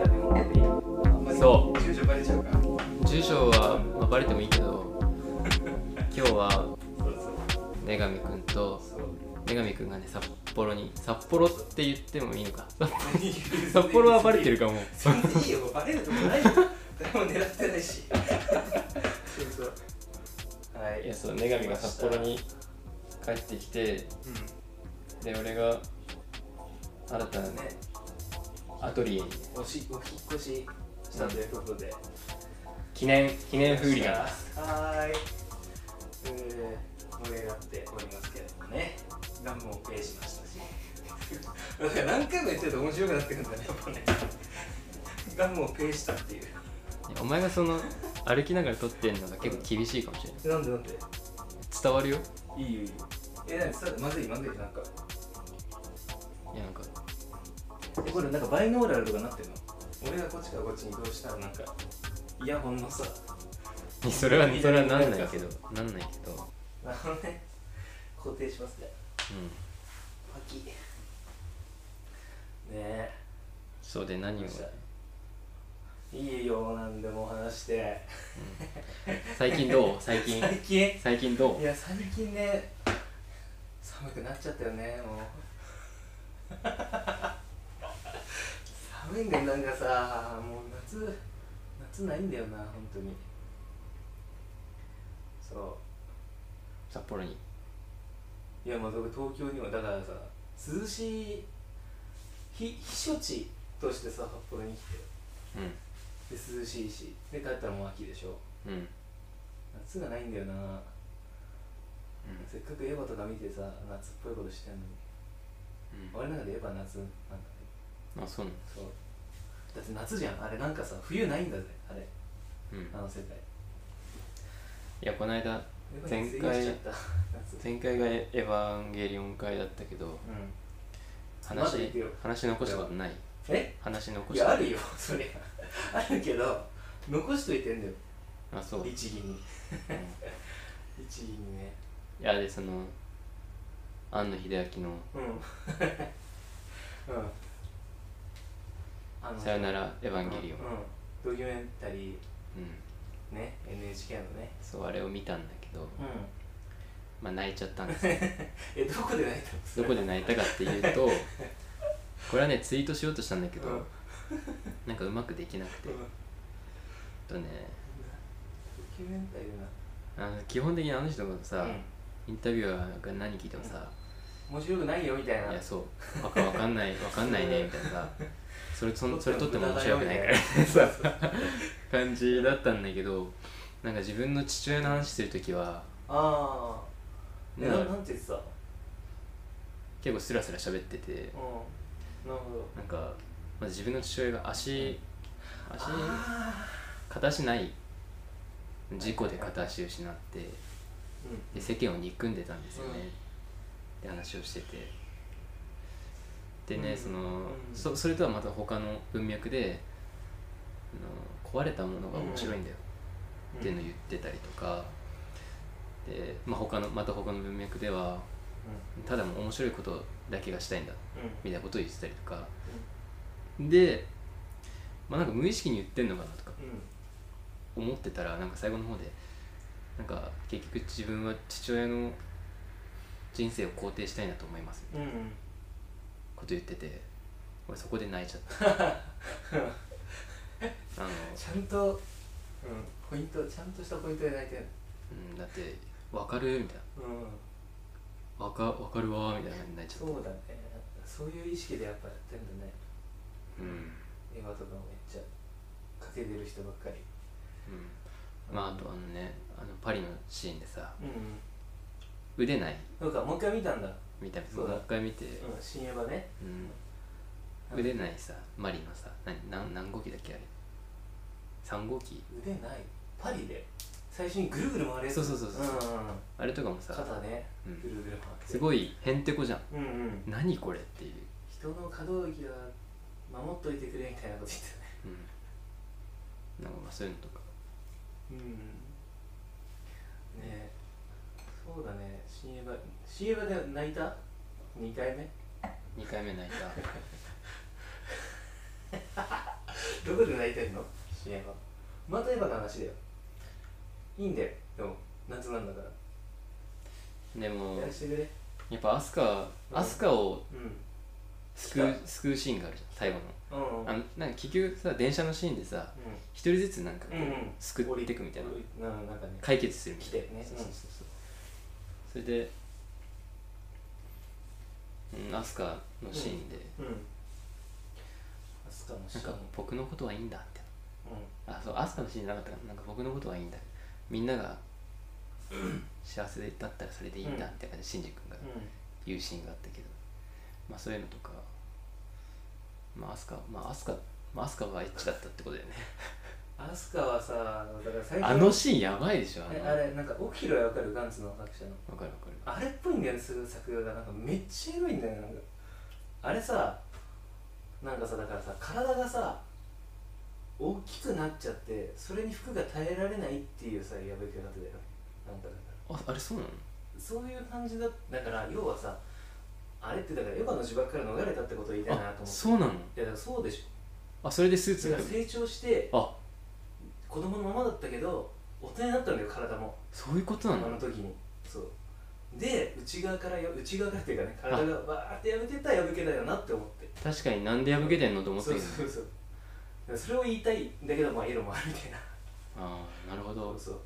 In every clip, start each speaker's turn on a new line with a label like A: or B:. A: 女神くんがね札幌に札幌って言ってもいいのか 札幌はバレてるかもう
B: 全然いいよバレるとこないよ誰も狙ってないしそうそうはい
A: いやそう女神が札幌に帰ってきて
B: うん
A: で俺が新たなね
B: ね
A: アトリエに
B: おしお引っ越ししたということで、
A: 記念記念フーリガンです
B: はーい、えー、盛り上がっておりますけれどもねガンもペイしましたしなんか何回も言ってると面白くなってくるんだねやっぱねガンもペイしたっていう
A: いやお前がその歩きながら撮ってんのが結構厳しいかもしれない
B: なんでなんで
A: 伝わるよ
B: いいよいいよえなんかさまずいまずいなんか
A: いやなんか
B: えこれなんかバイノーラルとかなってるの俺がこっちからこっちに移動したらなんかイヤホンのさ
A: それはそれはなんないけどなんないけど
B: あのね固定しますね
A: うん
B: パキねえ
A: そうで何を
B: いいよなんでも話して
A: 最近どう最近
B: 最近
A: 最近ど
B: いや最近ね寒くなっちゃったよねもう寒いんだよなんかさもう夏夏ないんだよな本当にそう
A: 札幌に
B: ういやまあ僕東京にはだからさ涼しい避避暑地としてさ札幌に来
A: う
B: てで涼しいしで帰ったらもう秋でしょ
A: んうん
B: 夏がないんだよなせっかくエヴァとか見てさ夏っぽいことしてんのに
A: うん
B: 俺の中でエヴァ夏なんだね
A: うんあそうなの
B: そうだって夏じゃんあれなんかさ冬ないんだぜあれ
A: うんい
B: あの世界
A: やこの間
B: エヴァ
A: 前
B: 夏
A: 回
B: 過ぎちゃった夏
A: 前回がエヴァンゲリオン会だったけど
B: うんま
A: 話
B: だ行くよ
A: 話残したことない
B: え
A: 話残
B: い
A: した
B: やあるよそりゃあるけど残しといてんだよ
A: あそう、うんい
B: 律儀に律儀にね
A: やでその庵野秀明の
B: うんうんあ
A: 「さよならエヴァンゲリオ
B: う
A: ン
B: ん、ドキュメンタリ」
A: うん
B: ーね NHK のね
A: そうあれを見たんだけど
B: うん
A: まあ泣いちゃったんです け
B: えどこで泣いたの
A: どどこで泣いたかっていうとこれはねツイートしようとしたんだけど、
B: うん
A: なんかうまくできなくて、
B: うん
A: とね
B: ドキュメンタリーな
A: あの基本的にあの人がさ、
B: うん
A: インタビュアーが何聞いてもさ、
B: 面白くないよみたいない
A: やそうわかわかんないわかんないねみたいなさそれそんそれ撮っても面白くないから
B: そうそうそう
A: 感じだったんだけどなんか自分の父親の話する時は
B: ああ、ね、
A: な
B: なん
A: か
B: なんて言ってたうん
A: 結構スラスラ喋ってて
B: なるほど
A: なんか、まず自分の父親が足足
B: あ
A: 片足ない事故で片足を失って
B: ーうん
A: で世間を憎んでたんですよね、
B: うん
A: って話をしててでね、
B: うん
A: その、
B: うん
A: そそれとはまた他の文脈であの壊れたものが面白いんだよっていうのを言ってたりとか、で、まあ、他のまた他の文脈ではただもう面白いことだけがしたいんだ
B: うんうん
A: みたいなことを言ってたりとかで、まあ、なんか無意識に言ってんのかなとか思ってたらなんか最後の方でなんか結局自分は父親の人生を肯定したいなと思いますみたい
B: うんうん うん
A: なこと言ってて俺そこで泣いちゃったあの、
B: ちゃんと、うん、ポイントちゃんとしたポイントで泣いてる
A: うん、だって「分かる?」みたい
B: うん
A: な「わかわかるわ」みたいな感じになっちゃっ
B: そうだねそういう意識でやっぱやってんだね
A: たうん、
B: 映画とかもめっちゃかけてる人ばっかり
A: うん、まああとあのねあのパリのシーンでさ
B: うん
A: 腕ない
B: そうかもう一回見たんだ、
A: みたいな
B: そうだ
A: もう一回見て、
B: うん、新映画ね
A: うん
B: はい
A: 腕ないさマリのさ何何何号機だっけあれ3号機
B: 腕ないパリで最初にぐるぐる回るやつ
A: そうそうそうそう
B: うんうんうん
A: あれとかもさ
B: 肩ね、
A: うん
B: ぐるぐる回って
A: す
B: い
A: ごいへんてこじゃん
B: うんうん
A: 何これっていう、
B: 人の可動域は守っといてくれみたいなこと言ってたね
A: うん、なんかまあそういうのとか
B: うんねえそうだね新映画新映画で泣いた2回目
A: 2回目泣いた
B: どこで泣いてんの新映画また映画の話だよいいんだよでも夏なんだから
A: でも
B: やらしてくれ
A: やっぱアスカ
B: うん
A: アスカを
B: う
A: 救う救うシーンがあるじゃん最後の
B: んうん
A: あのなんか結局さ電車のシーンでさ一人ずつなんかこう、
B: うんうん
A: 救っていくみたいな
B: ななんかね
A: 解決するみたい
B: 来て
A: な
B: ね
A: そうそうそうそうそれで、うん、アスカのシーンで、
B: うんアスカのシ
A: なん
B: ーン
A: か僕のことはいいんだって
B: う
A: あそうアスカのシーンじゃなかったかななんか僕のことはいいんだみんなが 幸せだったらそれでいいんだ
B: うん
A: みたいな感じでシンジ君が
B: ん
A: 言うシーンがあったけど、まあそういうのとかまあアスカまあアスカまあ、アスカはエッチだったってことだよね
B: アスカはさだから最
A: あのシーンやばいでしょあの
B: えあれなんかオキロはわかるガンツの作者の
A: わかるわ
B: あ
A: かる
B: れっぽいんだよねする作画がなんかめっちゃエロいんだよねなんかあれさなんかさだからさ体がさ大きくなっちゃってそれに服が耐えられないっていうさやばい方だよなんかだから
A: ああれそうなの
B: そういう感じだだから要はさあれってだからエヴァの呪縛から逃れたってことを言いたいなと思
A: あ
B: って
A: そうな
B: い
A: の
B: やだからそうでしょ
A: あそれでスーツ
B: だ
A: が
B: から成長して
A: あ
B: 子供のままだったけど大人になったんだよ体も
A: そういうこと
B: あ
A: な
B: の
A: の
B: 時にそうで内側からよ内側からっていうかね体がバーって破けたら破けたよなって思って
A: 確かになんで破けてんのと思って
B: そう
A: るよね
B: そうそうだからそれを言いたいんだけどまあエロもあるみたいな
A: ああなるほ
B: そ
A: ど
B: うそう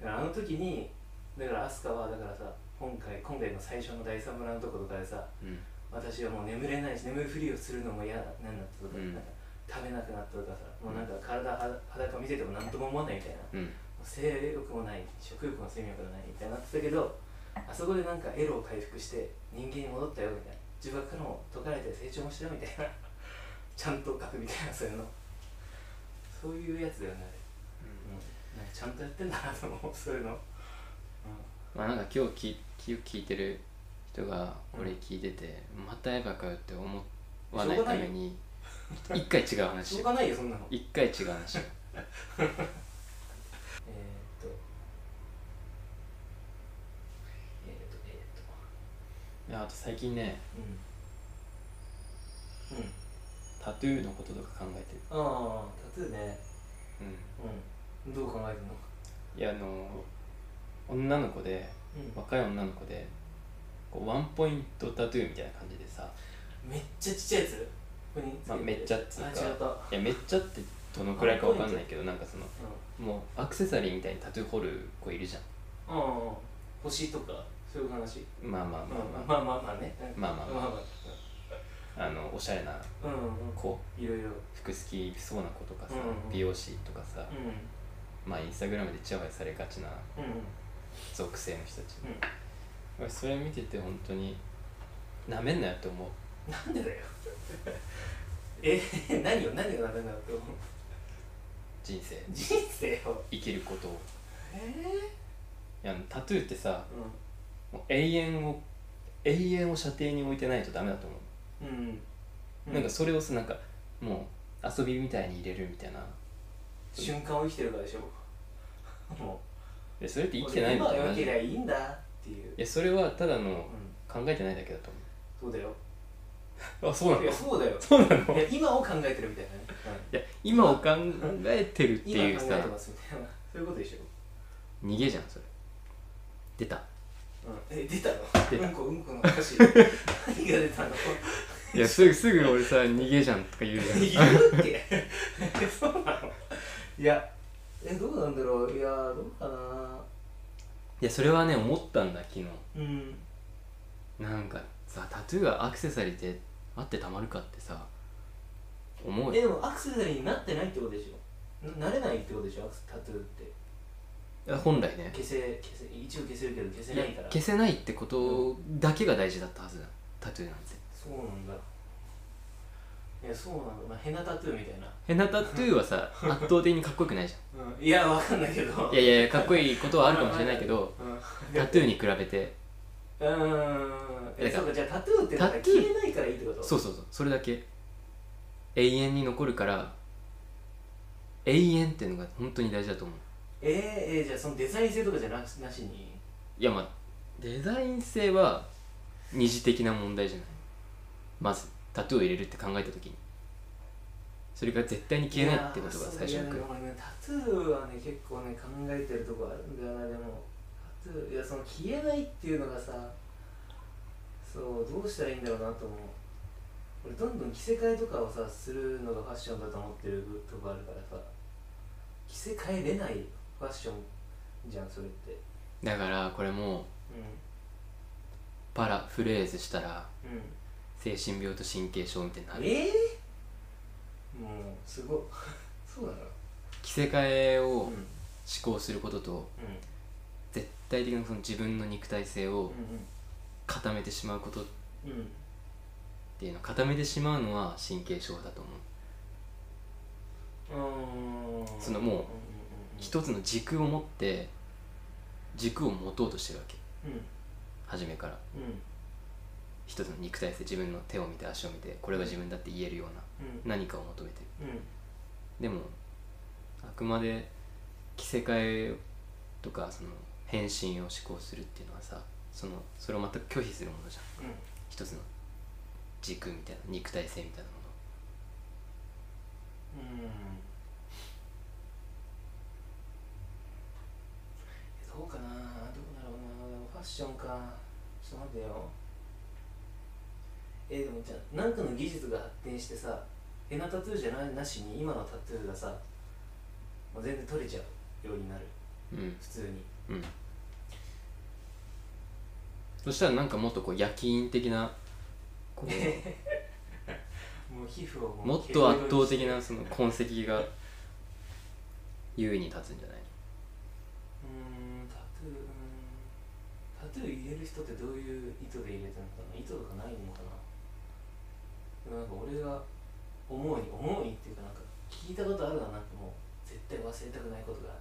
B: だからあの時にだからアスカはだからさ今回今回の最初の第3村のとことかでさ
A: うん
B: 私はもう眠れないし眠るふりをするのも嫌なんだとか,、
A: うん
B: なんか食べなくなったとかさもうなんか体は裸見せても何とも思わないみたいな
A: うん
B: 性欲もない食欲も睡眠欲もないみたいになってたけどあそこでなんかエロを回復して人間に戻ったよみたいな呪縛からも解かれて成長もしたよみたいな ちゃんと書くみたいなそういうのそういうやつだよねあれ、うん、なんかちゃんとやってんだなと思うそういうの、うん、
A: まあなんか今日き聞いてる人がこれ聞いてて、またエヴァかよって思わないために一回違う
B: しょ
A: 話
B: うがないよそんなのえー、っ
A: 一回違う話
B: とえー、っとえー、っと
A: いやあと最近ね
B: うんうん
A: タトゥーのこととか考えてる
B: ああタトゥーねう
A: う
B: んどう考えてんの
A: んいやあの女の子で
B: う
A: 若い女の子でこうワンポイントタトゥーみたいな感じでさ
B: ん、めっちゃちっちゃいやつここにつけて
A: まあめっちゃっつうか
B: あ違った、うん、
A: いやめっちゃってどのくらいかわかんないけどなんかその
B: う
A: もうアクセサリーみたいにタトゥー彫る子いるじゃ
B: んうん、星とかそういう話
A: んまあまあまあま
B: まあまあまあね
A: まあまあまあ
B: まあ
A: ああのおしゃれな
B: まあうんうん
A: 子
B: いろいろ
A: 服好きそうな子とかさ、
B: うんうん
A: 美容師とかさ、
B: うん
A: まあインスタグラムでチヤホヤされがちな
B: うんうん
A: 属性の人たち俺それ見てて本当になめんなよって思う
B: なんでだよ え何を何がダメなんだって思う
A: 人生
B: 人生を
A: 生きることを
B: え
A: いやタトゥーってさ
B: ー
A: もう永遠を永遠を射程に置いてないとダメだと思
B: う
A: う、
B: んうんう
A: なんかそれをさなんかもう遊びみたいに入れるみたいな
B: 瞬間を生きてるからでしょ も
A: でそれっ
B: う
A: て生きてないみ
B: 俺
A: た
B: 今
A: い
B: が
A: な感
B: 良け
A: じ
B: り
A: い
B: ゃいいんだっていう、
A: やそれはただの
B: うん、
A: 考えてないだけだと
B: そうだよ
A: 思うあそうないの
B: やそうだよ
A: そうなの
B: いや今を考えてるみたいなね、
A: いや今を考えてるって
B: 今
A: いう
B: 考
A: さ
B: えてますみたいなそういうことでしょ、
A: 逃げじゃんそれ出た
B: うん、え出たの
A: 出た
B: うんこうんこの歌詞何が出たの
A: い やすぐすぐ俺さ逃げじゃんとか言う
B: 言
A: じゃん
B: うっけえ そうなのいやえどうなんだろういやどうかない
A: やそれはね思ったんだ昨日
B: うん
A: なんかさタトゥーがアクセサリーであってたまるかってさ思う
B: え
A: よ
B: でもアクセサリーになってないってことでしょななれないってことでしょアクセタトゥーって
A: いや本来ね
B: 消せ消せ一応消せるけど消せないから
A: 消せないってことだけが大事だったはずだタトゥーなんて
B: そうなんだいやそうなんだ、まあ、ヘナタトゥーみたいな、
A: 変なタトゥーはさ圧倒的にかっこよくないじ
B: うん、いやわかんないけど
A: ゃんいやいやいやかっこいいことはあるかもしれないけど
B: うん
A: タトゥーに比べて
B: うーんえ
A: だから
B: そうかじゃあタトゥーってなんか
A: タトゥー
B: 消えないからいいってこと
A: そうそうそうそれだけ永遠に残るから永遠っていうのが本当に大事だと思う
B: えー、えーじゃあそのデザイン性とかじゃなしなしに
A: いやまあデザイン性は二次的な問題じゃないまずタトゥーを入れるって考えた時にそれが絶対に消えないってことが最初
B: に
A: に来る
B: 俺ねタトゥーはね結構ね考えてるとこあるんだよなでもタトゥーいやその消えないっていうのがさそうどうしたらいいんだろうなと思う俺どんどん着せ替えとかをさするのがファッションだと思ってるとこあるからさ着せ替えれないファッションじゃんそれって
A: だからこれもう
B: う
A: パラフレーズしたら
B: んうん
A: 精神病と神経症みたいになる
B: ええもうすごい そうなの
A: 着せ替えを
B: う
A: 思
B: んうん
A: 考することと絶対的なその自分の肉体性を固めてしまうことっ
B: うんうん
A: ていうの固めてしまうのは神経症だと思う
B: うん
A: そのもう
B: うんうんうん
A: 一つの軸を持って軸を持とうとしてるわけ初めから
B: うんうん
A: 一つの肉体性自分の手を見て足を見てこれが自分だって言えるような
B: うん
A: 何かを求めてる
B: うん
A: でもあくまで着せ替えとかその変身を思考するっていうのはさそのそれを全く拒否するものじゃん
B: うん
A: 一つの軸みたいな肉体性みたいなも
B: うんどうかなどうだろうなでもファッションかちょっと待ってよえでもじゃあなんかの技術が発展してさヘナタトゥーじゃななしに今のタトゥーがさ、まあ、全然取れちゃうようになる
A: のうん
B: 普通に
A: うんそしたらなんかもっとこう焼き印的なこう
B: もう皮膚をも
A: もっと圧倒的なその痕跡が優位に立つんじゃないう
B: ーんタトゥーうーんタトゥー入れる人ってどういう意図で入れてるのかな意図とかないのかなでもなんか俺が思うに思うにっていうかなんか聞いたことあるななんかもう絶対忘れたくないことがあっ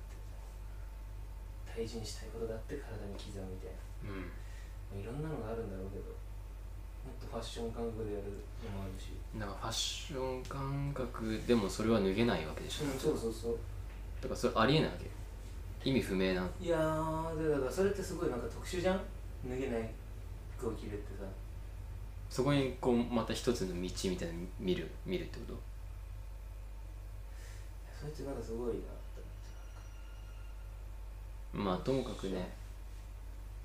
B: て大事にしたいことがあって体に刻むみたいな
A: う
B: まあいろんなのがあるんだろうけどもっとファッション感覚でやるのもあるし
A: んだからファッション感覚でもそれは脱げないわけでしょ、
B: うんそうそうそう
A: だからそれありえないわけ意味不明ない
B: やーだからそれってすごいなんか特殊じゃん脱げない服を着るってさ
A: そこにこうまた一つの道みたいなの見る見るってこと
B: それってなんかすごいなって思って
A: まあともかくね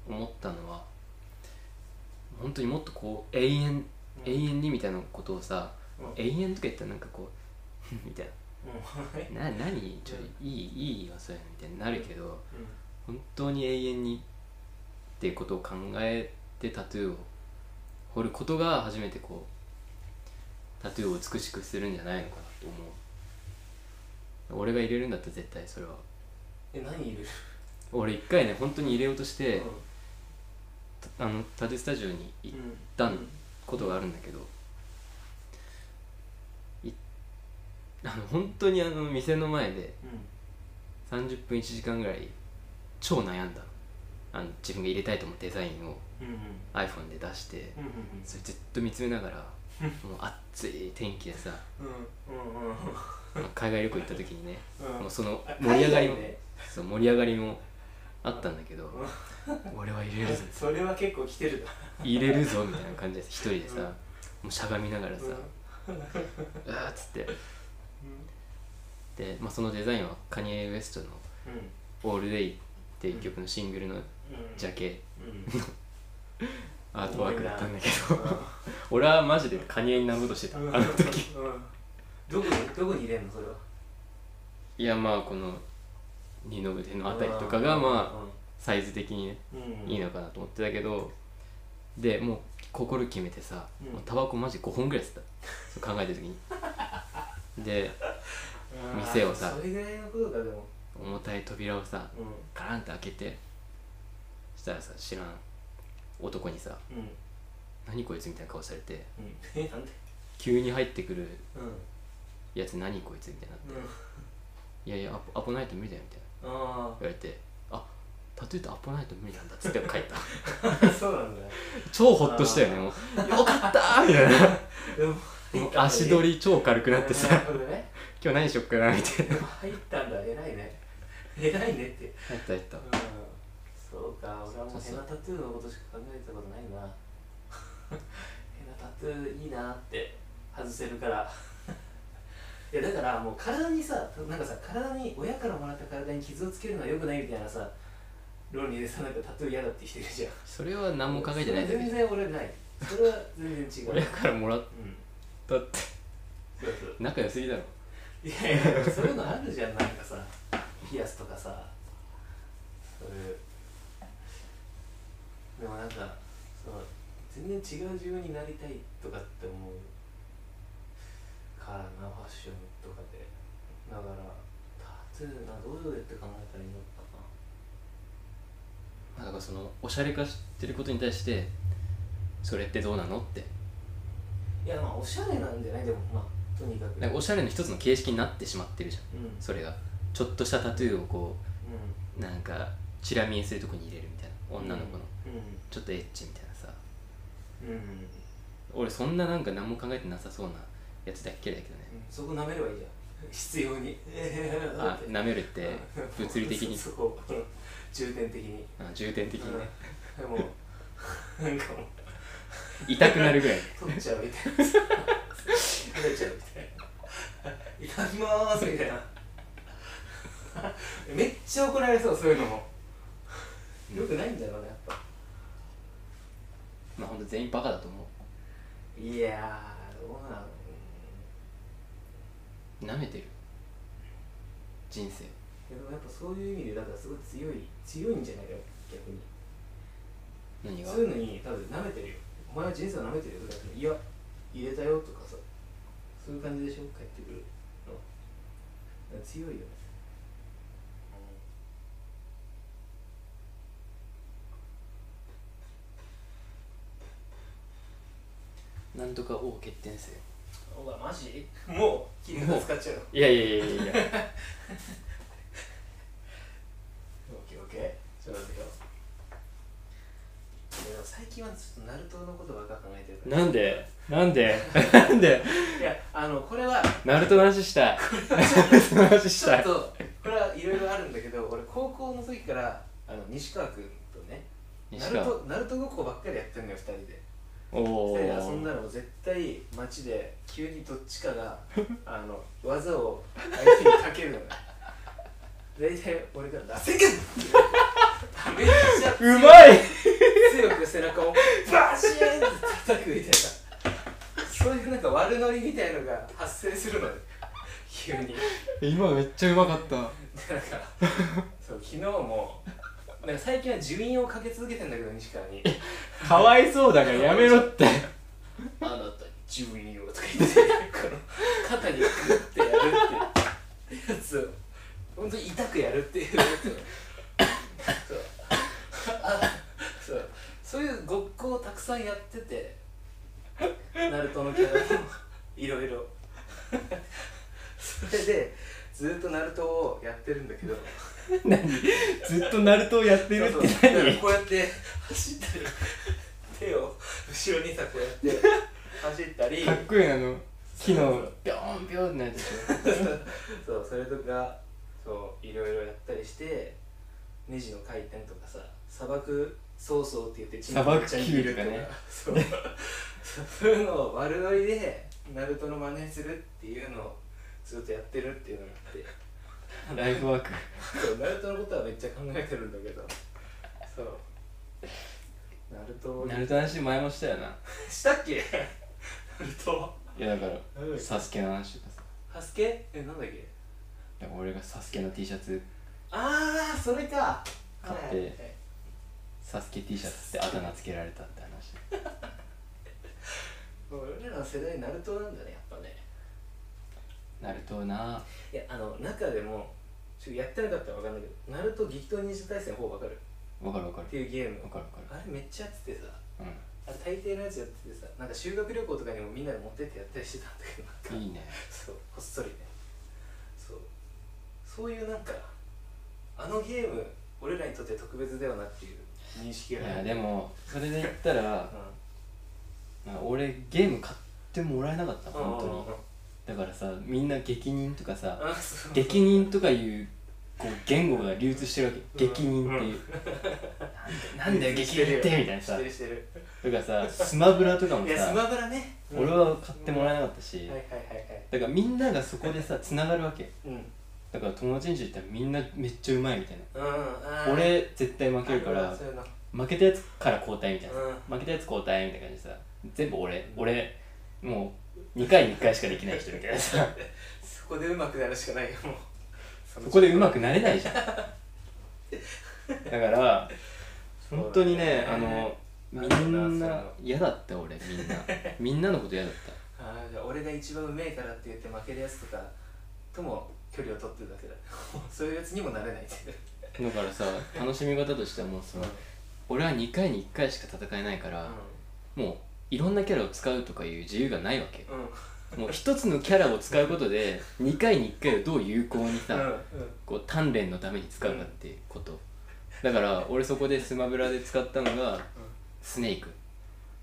A: 思ったのは本当にもっとこう永遠
B: うん
A: 永遠にみたいなことをさ
B: うん
A: 永遠とか言ったらなんかこう みたい
B: うん
A: なな何ちょいいいいいよそういうのみたいになるけど本当に永遠にっていうことを考えてタトゥーを彫ることが初めてこうタトゥーを美しくするんじゃないのかなと思う俺が入れるんだったら絶対それは
B: え何いる
A: 俺一回ね本当に入れようとして、
B: うん
A: あのタトゥースタジオに行っ
B: うん
A: た
B: うん
A: んことがあるんだけど、い あの本当にあの店の前で30分1時間ぐらい超悩んだのあの自分が入れたいと思うデザインを
B: うんうん
A: iPhone で出して
B: うん
A: それずっと見つめながらもう暑い天気 でさ
B: うんうんうんうん
A: まあ海外旅行行った時にね
B: うん
A: もうその
B: あ
A: 盛り上がり
B: 海
A: も
B: 外で
A: そう盛り上がりもあったんだけど俺は入れるぞ
B: それは結構来てるな
A: 入れるぞみたいな感じで一人でさ、
B: うん
A: もうしゃがみながらさ、
B: うん
A: うわーっつってで、まあ、そのデザインはカニエ・ウエストの
B: うん
A: 「オールデイ」っていう曲のシングルの
B: うん
A: ジャケ、
B: うん
A: アートワークだったんだけど俺はマジでカニエになろうとしてたあ
B: うん
A: の時
B: うんどこにどこに入れんのそれはい
A: やまあこの二の腕のあたりとかがまあサイズ的にね
B: あうん
A: いいのかなと思ってたけどでもう心決めてさ、
B: うん
A: もうタバコマジ5本ぐらい吸ったそう考えてる時にで
B: うん
A: 店をさ
B: それぐらいのことかでも
A: 重たい扉をさ
B: うん
A: ガランって開けてしたらさ知らん男にさ
B: うん
A: 「何こいつ」みたいな顔されて
B: うんえなんで
A: 急に入ってくる
B: うん
A: やつ「何こいつ」みたいな
B: うん
A: 「いやいやアポアポないと無理だよ」みたいな
B: あ
A: 言われて「あタトゥーってアポないと無理なんだ」っつって帰った
B: あそうなんだ
A: 超ホッとしたよねもう「よかった!」みたいな
B: でも
A: もう足取り超軽くなってさ
B: なるほどね
A: 「今日何しよっかな」みたいな
B: 入ったんだ偉いね偉いねって
A: 入った入った
B: そうか俺はもうヘナタトゥーのことしか考えたことないなヘナタトゥーいいなって外せるからいやだからもう体にさなんかさ体に親からもらった体に傷をつけるのはよくないみたいなさ論理でさなんかタトゥー嫌だって人いるじゃん
A: それは何も考えてないだけ
B: 全
A: じゃん
B: 然俺ないそれは全然違う
A: 親からもらっ
B: うん
A: たって
B: そうそう
A: 仲良すぎだろ
B: いやいやそういうのあるじゃんなんかさピアスとかさそういうでもなんかその全然違う自分になりたいとかって思うからなファッションとかでだからタトゥーなどうやって考えたらいいのかな
A: まあだからそのおしゃれ化してることに対してそれってどうなのって
B: いやまあおしゃれなんじゃないでもまあとにかく
A: なんかおしゃれの一つの形式になってしまってるじゃん
B: うんうん
A: それがちょっとしたタトゥーをこうなんかチラ見えするとこに入れるみたいな女の子
B: う
A: のちょっとエッチみたいなさ
B: んうん、うん、
A: 俺そんななんか何も考えてなさそうなやつだっけだけどね
B: そこ舐めればいいじゃん 必要に
A: あ舐めるって物理的に
B: そこ重点的に
A: あ重点的にね
B: うんでも なんかもう
A: 痛くなるぐらい
B: 取っちゃうみたいな取れちゃうみたいないただきまーすみたいな めっちゃ怒られそうそういうのもよくないんだろうねやっぱ
A: まあほんと全員バカだと思う
B: いやーどうなの
A: 舐めてる人生
B: でもやっぱそういう意味でだからすごい強い強いんじゃないか逆に
A: 何が
B: そういうのに多分舐めてるよお前は人生を舐めてるよだからいや入れたよとかさそういう感じでしょ帰ってくるのだから強いよね
A: なんとか O 欠点性
B: お前マジもう切り札使っちゃうの
A: いやいやいや いやいや
B: オッケーオッケーちょっと待ってよでも最近はちょっとナルトのことばっか考えてるから
A: なんでなんでなんで
B: いやあのこれは
A: ナルトの話したいナルトの話し
B: ちょ
A: た
B: っ
A: い
B: とこれはいろいろあるんだけど俺高校の時からあの西川君とねナ
A: 西
B: ル
A: 川
B: トナルトごっこばっかりやってんのよ2人で
A: おお
B: 2人で遊んだらもう絶対街で急にどっちか があの技を相手にかけるのよ大体俺が「出せんか!」めっちゃ
A: うまい
B: 強く背中をバシーンって叩くみたいなそういうなんか悪ノリみたいのが発生するのよ急に
A: 今めっちゃうまかった
B: なんかそう昨日もなんか最近は順位をかけ続けてんだけど西川に「
A: かわいそうだからやめろって
B: あなた順位を」とか言ってこの肩にグッてやるっていうやつを本当に痛くやるっていうやつをそうあそうそういうごっこをたくさんやっててナルトのキャラもいろいろそれでずっとナルトをやってるんだけど
A: 何 ずっとナルトをやってる
B: そう
A: って
B: そうだから
A: 何
B: こうやって走ったり手を後ろにさこうやって走ったり
A: かっこいいあの木
B: そう
A: の
B: そう
A: ビョーンビョーンってなやつでしょ
B: そうそれとかそういろいろやったりしてネジの回転とかさ砂漠そうそうって言って
A: 砂漠キュール
B: とか
A: とか
B: ね
A: ね
B: そうそういうのを悪ノリでナルトの真似するっていうのをずっとやってるっていうのがあって
A: ライフワーク
B: そうナルトのことはめっちゃ考えてるんだけどそうナルトを
A: ナルトの話前もしたよな
B: したっけナルト
A: いやだからサスケの話とかさ
B: ハスケえなんだっけ
A: だから俺がサスケの T シャツ
B: ああそれか
A: 買ってサスケ T シャツってあだ名つけられたって話
B: はいはい、もう俺らの世代ナルトなんだねやっぱね
A: ナルトない
B: やあの中でもちょっとやってなかったら分かんないけどナルト激闘忍者対戦4分かる
A: わかるわかる
B: っていうゲーム
A: わかるわかる
B: あれめっちゃやっててさ
A: う
B: あれ大抵のやつやっててさなんか修学旅行とかにもみんなで持ってってやったりしてたんだけどなんか
A: んいいね
B: そうこっそりねそうそういうなんかあのゲーム俺らにとって特別だよなっていう認
A: い
B: 識が
A: や
B: ね
A: でもそれで言ったらまあ俺ゲーム買ってもらえなかった
B: うん
A: 本当にだからさみんな激人とかさ
B: あそう
A: 激人とかいうこう言語が流通してるわけ
B: うん
A: 激人っていうなんでなんだよ激人ってみたいなさ
B: してるしてる
A: とかさスマブラとかも
B: いやス
A: さ
B: マブラね
A: 俺
B: は
A: は買ってもらえなかった
B: い
A: し
B: はいはいはい
A: だからみんながそこでさつながるわけ
B: うん
A: だから友達んち行ったらみんなめっちゃうまいみたいな
B: うんあー
A: 俺絶対負けるか
B: あ
A: ら
B: そういうの
A: 負けたやつから交代みたいな
B: うん
A: 負けたやつ交代みたいな感じでさ全部俺俺もう2回に1回しかできない人みたい なさ
B: そこでうまくなるしかないよもうそ
A: そこでうまくなれないじゃんだから本当にねあのみんな嫌だった俺み んなみんなのこと嫌だった
B: あーじゃあ俺が一番うめえからって言って負けるやつとかとも距離を取ってるだ けだそういうやつにもなれないっていう
A: だからさ楽しみ方としてはもうその俺は2回に1回しか戦えないから、もういろんなキャラを使うとかいう自由がないわけよ
B: うんうん
A: もう一つのキャラを使うことで2回に1回をどう有効にさ、
B: うんうん
A: こう鍛錬のために使うかっていうことだから俺そこでスマブラで使ったのがスネーク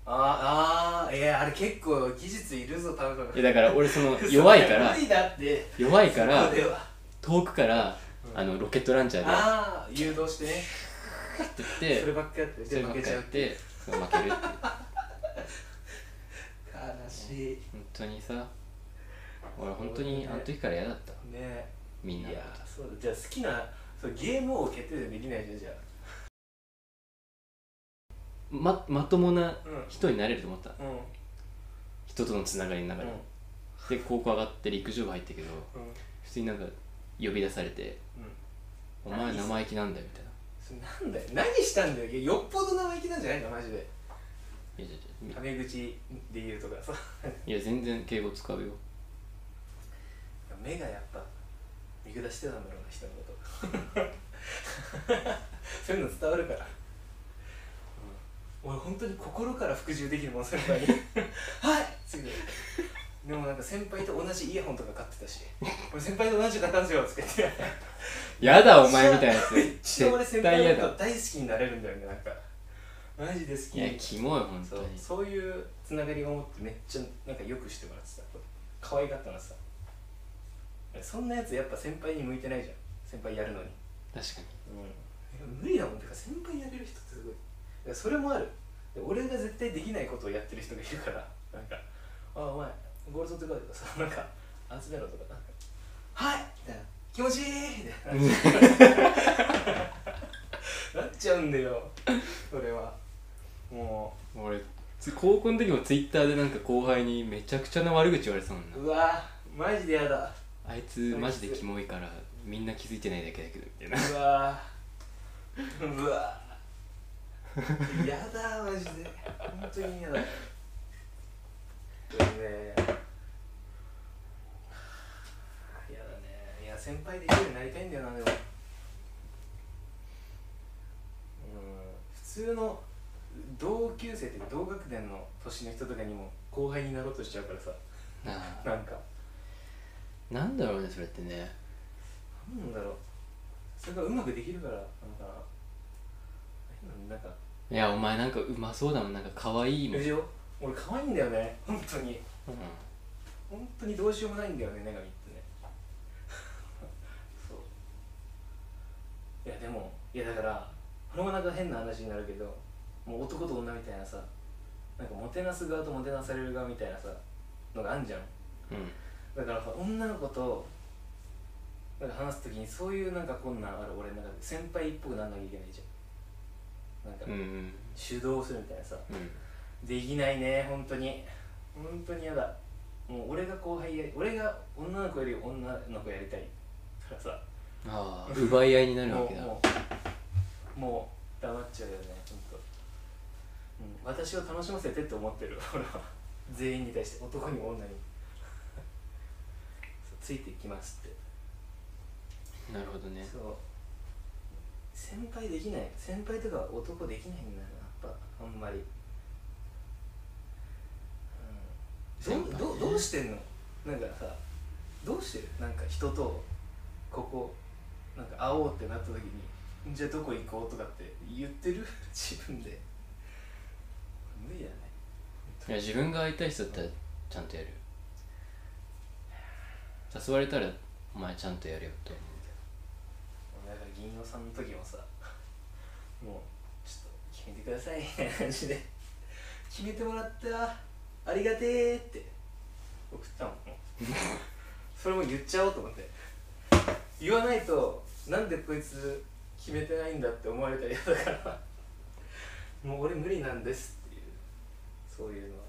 B: あーあーいやあれ結構技術いるぞ多分
A: いやだから俺その弱い か
B: それ
A: ら
B: 無理だって
A: 弱いから
B: そこでは
A: 遠くから
B: うん
A: あのロケットランチャーでガ
B: ああ誘導してね
A: ッて言
B: そ
A: っ
B: れ
A: て
B: ばっかやって
A: そればっ
B: 負け
A: か
B: ちゃ
A: や
B: う
A: って負けるっていう
B: 悲しい
A: 本当にさ俺本当にあの時から嫌だった
B: ね
A: み
B: い
A: んな
B: やそうだじゃあ好きなそうゲームを決定でできないじゃんじゃ
A: ままともな
B: あうんうん
A: 人になれると思った
B: うん
A: 人とのつながりの中で、で高校上がって陸上部入ったけど
B: うん
A: 普通になんか呼び出されて
B: うん
A: 「お前生意気なんだよ」みたいな
B: それなんだよ何したんだよよっぽど生意気なんじゃないのマジで
A: 「いやいやい
B: タ
A: や
B: メ口で言うとかさ
A: いや全然敬語使うよ
B: 目がやっぱ見下してたんだろうな人のこと そういうの伝わるから、うん、俺本当に心から服従できるもん先輩にはい次でもなんか先輩と同じイヤホンとか買ってたし俺先輩と同じ買ったんですよつって言って
A: 「やだお前」みたいなや
B: め っ
A: つ
B: ちゃ俺
A: 絶
B: 先
A: 対
B: 輩
A: 嫌
B: のこと
A: だ
B: 大好きになれるんだよねなんかマジで好き
A: いやキモい本
B: そう
A: 当に
B: そういうつながりを持ってめっちゃなんかよくしてもらってた可愛がったのさそんなやつやっぱ先輩に向いてないじゃん先輩やるのに、
A: 確かに
B: うん、無理だもんてか先輩やれる人ってすごいいやそれもあるで俺が絶対できないことをやってる人がいるからなんか「あお前ボール取ってこい」とかさ なんか「集めろ」とか「はい!」みたいな「気持ちいい!」みたい ななっちゃうんだよそれはもう
A: 俺つ高校の時もツイッターでなんか後輩にめちゃくちゃな悪口言われてたもんな
B: うわマジでやだ
A: あいつマジでキモいからみんな気づいてないだけだけど みたいな
B: うわうわやだマジで本当にやだでもねやだねいや先輩できるようになりたいんだよなでもうん普通の同級生って同学年の年の人とかにも後輩になろうとしちゃうからさ
A: なあ
B: なんか
A: なんだろうねそれってね
B: なんだろうそれがうまくできるからなのかななんか
A: いやお前なんかうまそうだもんなんか可愛いもん、
B: でしょ俺可愛いんだよね本当に
A: う
B: 本当にどうしようもないんだよね女神ってねそういやでもいやだからこれもなんか変な話になるけどもう男と女みたいなさなんかもてなす側ともてなされる側みたいなさのがあんじゃん
A: んう
B: だ
A: ん、
B: からさ女の子となんか話す時にそういうなんか困難ある俺の中で先輩っぽくならなきゃいけないじゃんなんか
A: うんうん
B: 主導するみたいなさ
A: うん
B: できないね本当に本当にやだもう俺が後輩や俺が女の子より女の子やりたいからさ
A: ああ 奪い合いになるわ
B: も
A: け
B: う
A: だ
B: もうもう黙っちゃうよね本当、うん、私を楽しませてって思ってる 俺は全員に対して男にも女に もそうついてきますって
A: なるほどね
B: そう先輩できない先輩とかは男できないんだよなやっぱあんまり、うん、どう
A: 先輩
B: どう
A: ね
B: どうしてんのなんかさどうしてるなんか人とここなんか会おうってなった時にじゃあどこ行こうとかって言ってる 自分で無理だね
A: いや自分が会いたい人だったらちゃんとやる誘われたらお前ちゃんとやれよと思
B: だから銀尾さんの時もさもうちょっと決めてくださいみたいな感じで決めてもらったありがてえって送ったもんもうそれも言っちゃおうと思って言わないとなんでこいつ決めてないんだって思われたら嫌だからもう俺無理なんですっていうそういうのは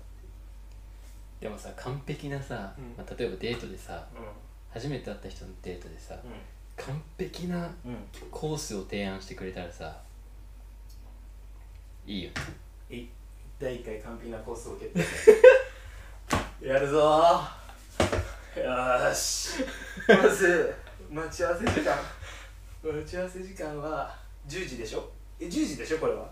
A: でもさ完璧なさ、
B: うん
A: まあ、例えばデートでさ初めて会った人のデートでさ完璧な
B: うんうん
A: コースを提案してくれたらさいいよね
B: い第1回完璧なコースを受けて やるぞーよーしまず待ち合わせ時間待ち合わせ時間は10時でしょえ10時でしょこれは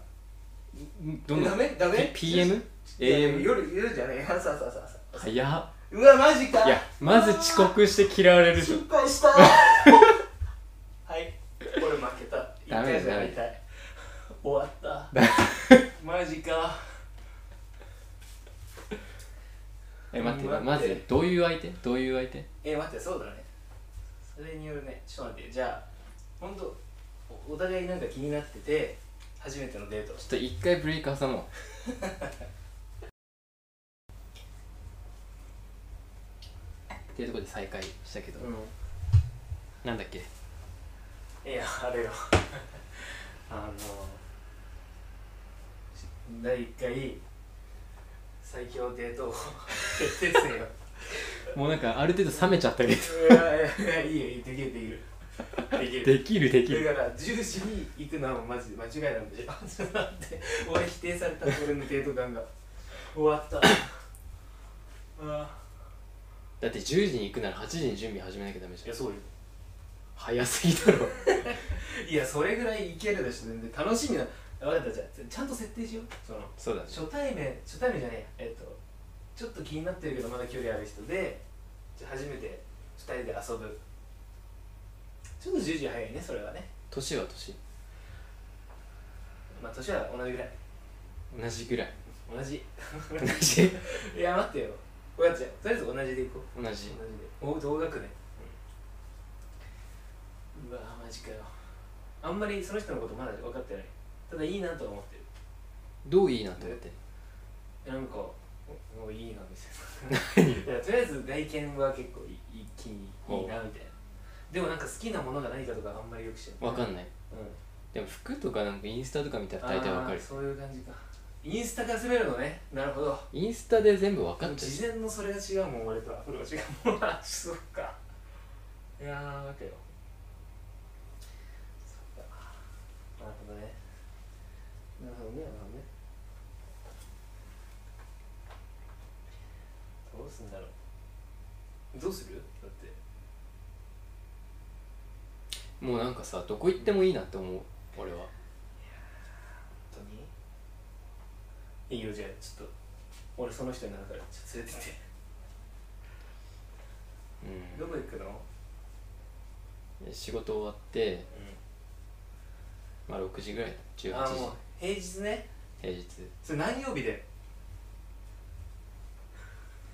A: どんな
B: ダメダメ
A: PM?AM?
B: 夜夜じゃない 朝朝朝朝
A: 早っ
B: うわマジか
A: いやまず遅刻して嫌われるでしょ
B: 失敗した はい俺負けた一
A: ダメ
B: 回じゃやりたい終わった
A: だ
B: マジか
A: え待って
B: 待って
A: まずどういう相手どういう相手
B: え待ってそうだねそれによるねちょっと待ってじゃあ本当おお互いなんか気になってて初めてのデート
A: ちょっと一回ブレイク挟もうっていうところで再開したけど、
B: ん
A: なんだっけ
B: いやあれよ あのし第1回最強デートを 決定せよ
A: もうなんかある程度冷めちゃったけど
B: いやいやいいよいいよできるできるできる
A: できるできる
B: だから10時に行くのはマジで間違いなんでしょちょっと待って俺否定された俺のデート感が終わったああ
A: だって10時に行くなら8時に準備始めなきゃダメじ
B: い
A: ゃ
B: や
A: ん
B: そうよ
A: 早すぎだろ
B: いやそれぐらいいけるでしょ全然楽しみな分かったじゃあちゃんと設定しようその
A: そうだね
B: 初対面初対面じゃねえやえっとちょっと気になってるけどまだ距離ある人でじゃあ初めて2人で遊ぶちょっと10時早いねそれはね
A: 年は年
B: まあ年は同じぐらい
A: 同じぐらい
B: 同じ
A: 同じ
B: いや待ってよおやつじゃんとりあえず同じでいこう
A: 同
B: 同
A: じ
B: じでお同学年、うわマジかよあんまりその人のことまだ分かってないただいいなとは思ってる
A: どういいなと思って
B: えなんかおおいいなみた いないやとりあえず外見は結構いいいい気にいいなみたいなでもなんか好きなものが何かとかあんまりよく知らない
A: わかんない
B: うん
A: でも服とかなんかインスタとか見たら大体わか
B: あー
A: る
B: そういう感じかインスタ化するのねなるほど
A: インスタで全部わかっちゃう
B: 事前のそれが違うもん俺とアプローチがもうそうかいやーわけよそっかなるほどねなるほどねなるほどねどうすんだろうどうするだって
A: もうなんかさどこ行ってもいいなって思う俺は
B: 本当にいいよじゃあちょっと俺その人になるからちょっと連れてってど
A: う
B: こ行くの
A: んで仕事終わって、まあ、6時ぐらい18時
B: あーもう平日ね
A: 平日
B: それ何曜日で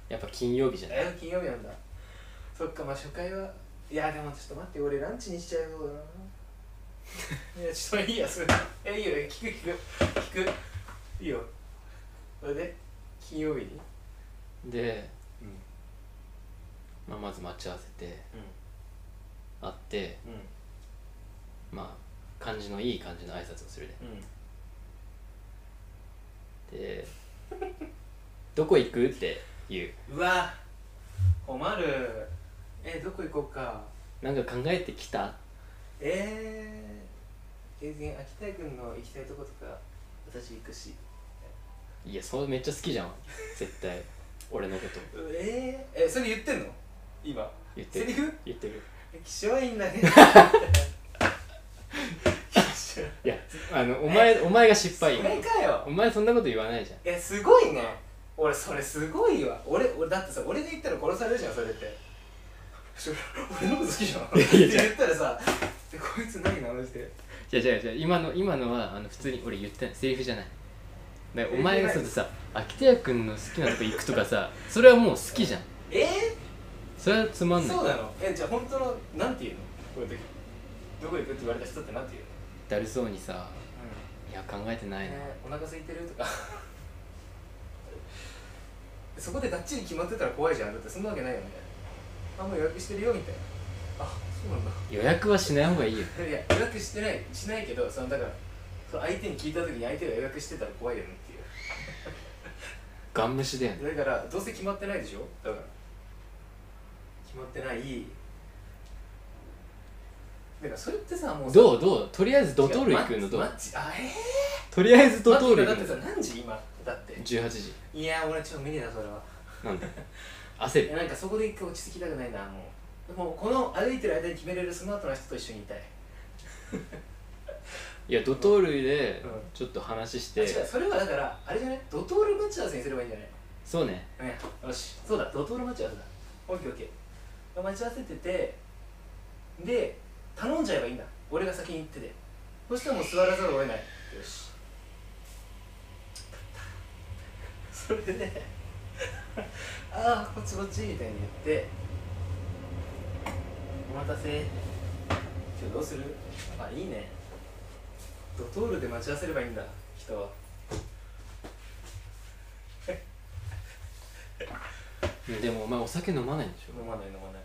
A: やっぱ金曜日じゃない
B: え金曜日なんだそっかまあ初回はいやでもちょっと待って俺ランチにしちゃう方だ ないやちょっといいやそれえいいよ聞く聞く聞くいいよそれで金曜日に
A: で、
B: うん
A: まあ、まず待ち合わせて
B: う
A: 会って
B: んうん
A: まあ感じのいい感じの挨拶をするね
B: うん
A: でどこ行くって言う
B: うわ困るえどこ行こうか
A: なんか考えてきた
B: えー、全然秋田君の行きたいとことか私行くし
A: いやそれめっちゃ好きじゃん絶対俺のこと
B: うえー、えそれ言ってんの今
A: 言って
B: セリ
A: る
B: フ
A: 言ってる
B: 気性いいん だね
A: いやあのお前お前が失敗
B: それか
A: お
B: よ
A: 前そんなこと言わないじゃん
B: えすごいね俺それすごいわ俺俺だってさ俺が言ったら殺されるじゃんそれってそれ俺のこと好きじゃんって
A: いやいや
B: 言ったらさでこいつ何なのして
A: じゃじゃじゃ今の今のはあの普通に俺言ってないセリフじゃないだからお前がそうとさ秋田屋君の好きなとこ行くとかさそれはもう好きじゃん
B: え
A: それはつまんない
B: そうなのえじゃあ本当のなんて言うのこういう時どこ行くって言われた人ってなんて言うの
A: だるそうにさいや考えてないな、
B: ねお腹空いてるとか そこでがっちり決まってたら怖いじゃんだってそんなわけないよねあもう予約してるよみたいなあそうなんだ
A: 予約はしない方がいいよ
B: いや予約してないしないけどそのだからその相手に聞いた時に相手が予約してたら怖いよねっていう
A: ガン虫だよね
B: だからどうせ決まってないでしょだから決まってないだからそれってさもうさ
A: どうどうとりあえず
B: 違う
A: ドトール行くのど
B: マ
A: う
B: ッチマッチあえ
A: とりあえず
B: ー、
A: ドトール
B: マッ
A: 行
B: チ
A: く
B: がだってさ
A: の
B: 何時今だって
A: 18時
B: いや俺ちょっと無理だそれは
A: なんだ焦
B: い
A: る
B: やなんかそこで一回落ち着きたくないなもうもうこの歩いてる間に決めれるその後の人と一緒にいたい
A: いやドトールで
B: うん
A: ちょっと話し
B: あ
A: て
B: 違うそれはだからあれじゃないドトール待ち合わせにすればいいんじゃない
A: そうね
B: ね、よしそうだドトール待ち合わせだオッケーオッケー待ち合わせててで頼んじゃえばいいんだ俺が先に行っててそしたらもう座らざるを得ないよしそれで ああこっちこっちみたいに言ってお待たせ今日どうするあいいねドトールで待ち合わせればいいんだ人は
A: うんでもお前お酒飲まないんでしょ
B: 飲まない飲まない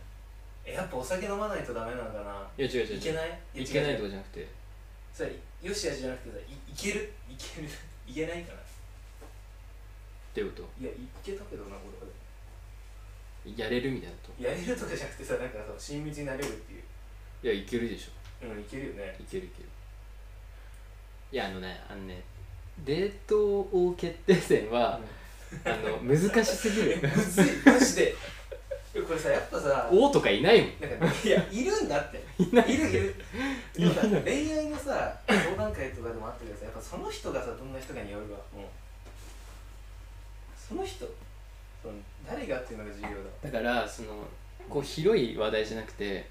B: えやっぱお酒飲まないとダメなんだない
A: や違う違う違う
B: いけないや
A: いけない
B: 違う違
A: と
B: う
A: かじゃなくて
B: それよしあしじゃなくてさいいけるいける いけないかな
A: どういうこ
B: いやいけたけどな俺は
A: とやれるみたいなこ
B: やれるとかじゃなくてさなんかさ親密になれるっていう
A: といやいけるでしょ
B: うんいけるよね
A: いけるいけるいやあのねあのね冷凍王決定戦は、あの難しすぎ
B: え
A: る
B: むずいマジでえこれさやっぱさ
A: 王とかいないもん
B: なんかねいやいるんだって
A: いない
B: るいるでもさ
A: いない
B: 恋愛のさ相談会とかでもあったけどさやっぱその人がさどんな人かによるわもうその人その誰がっていうのが重要だ
A: だからそのこう広い話題じゃなくて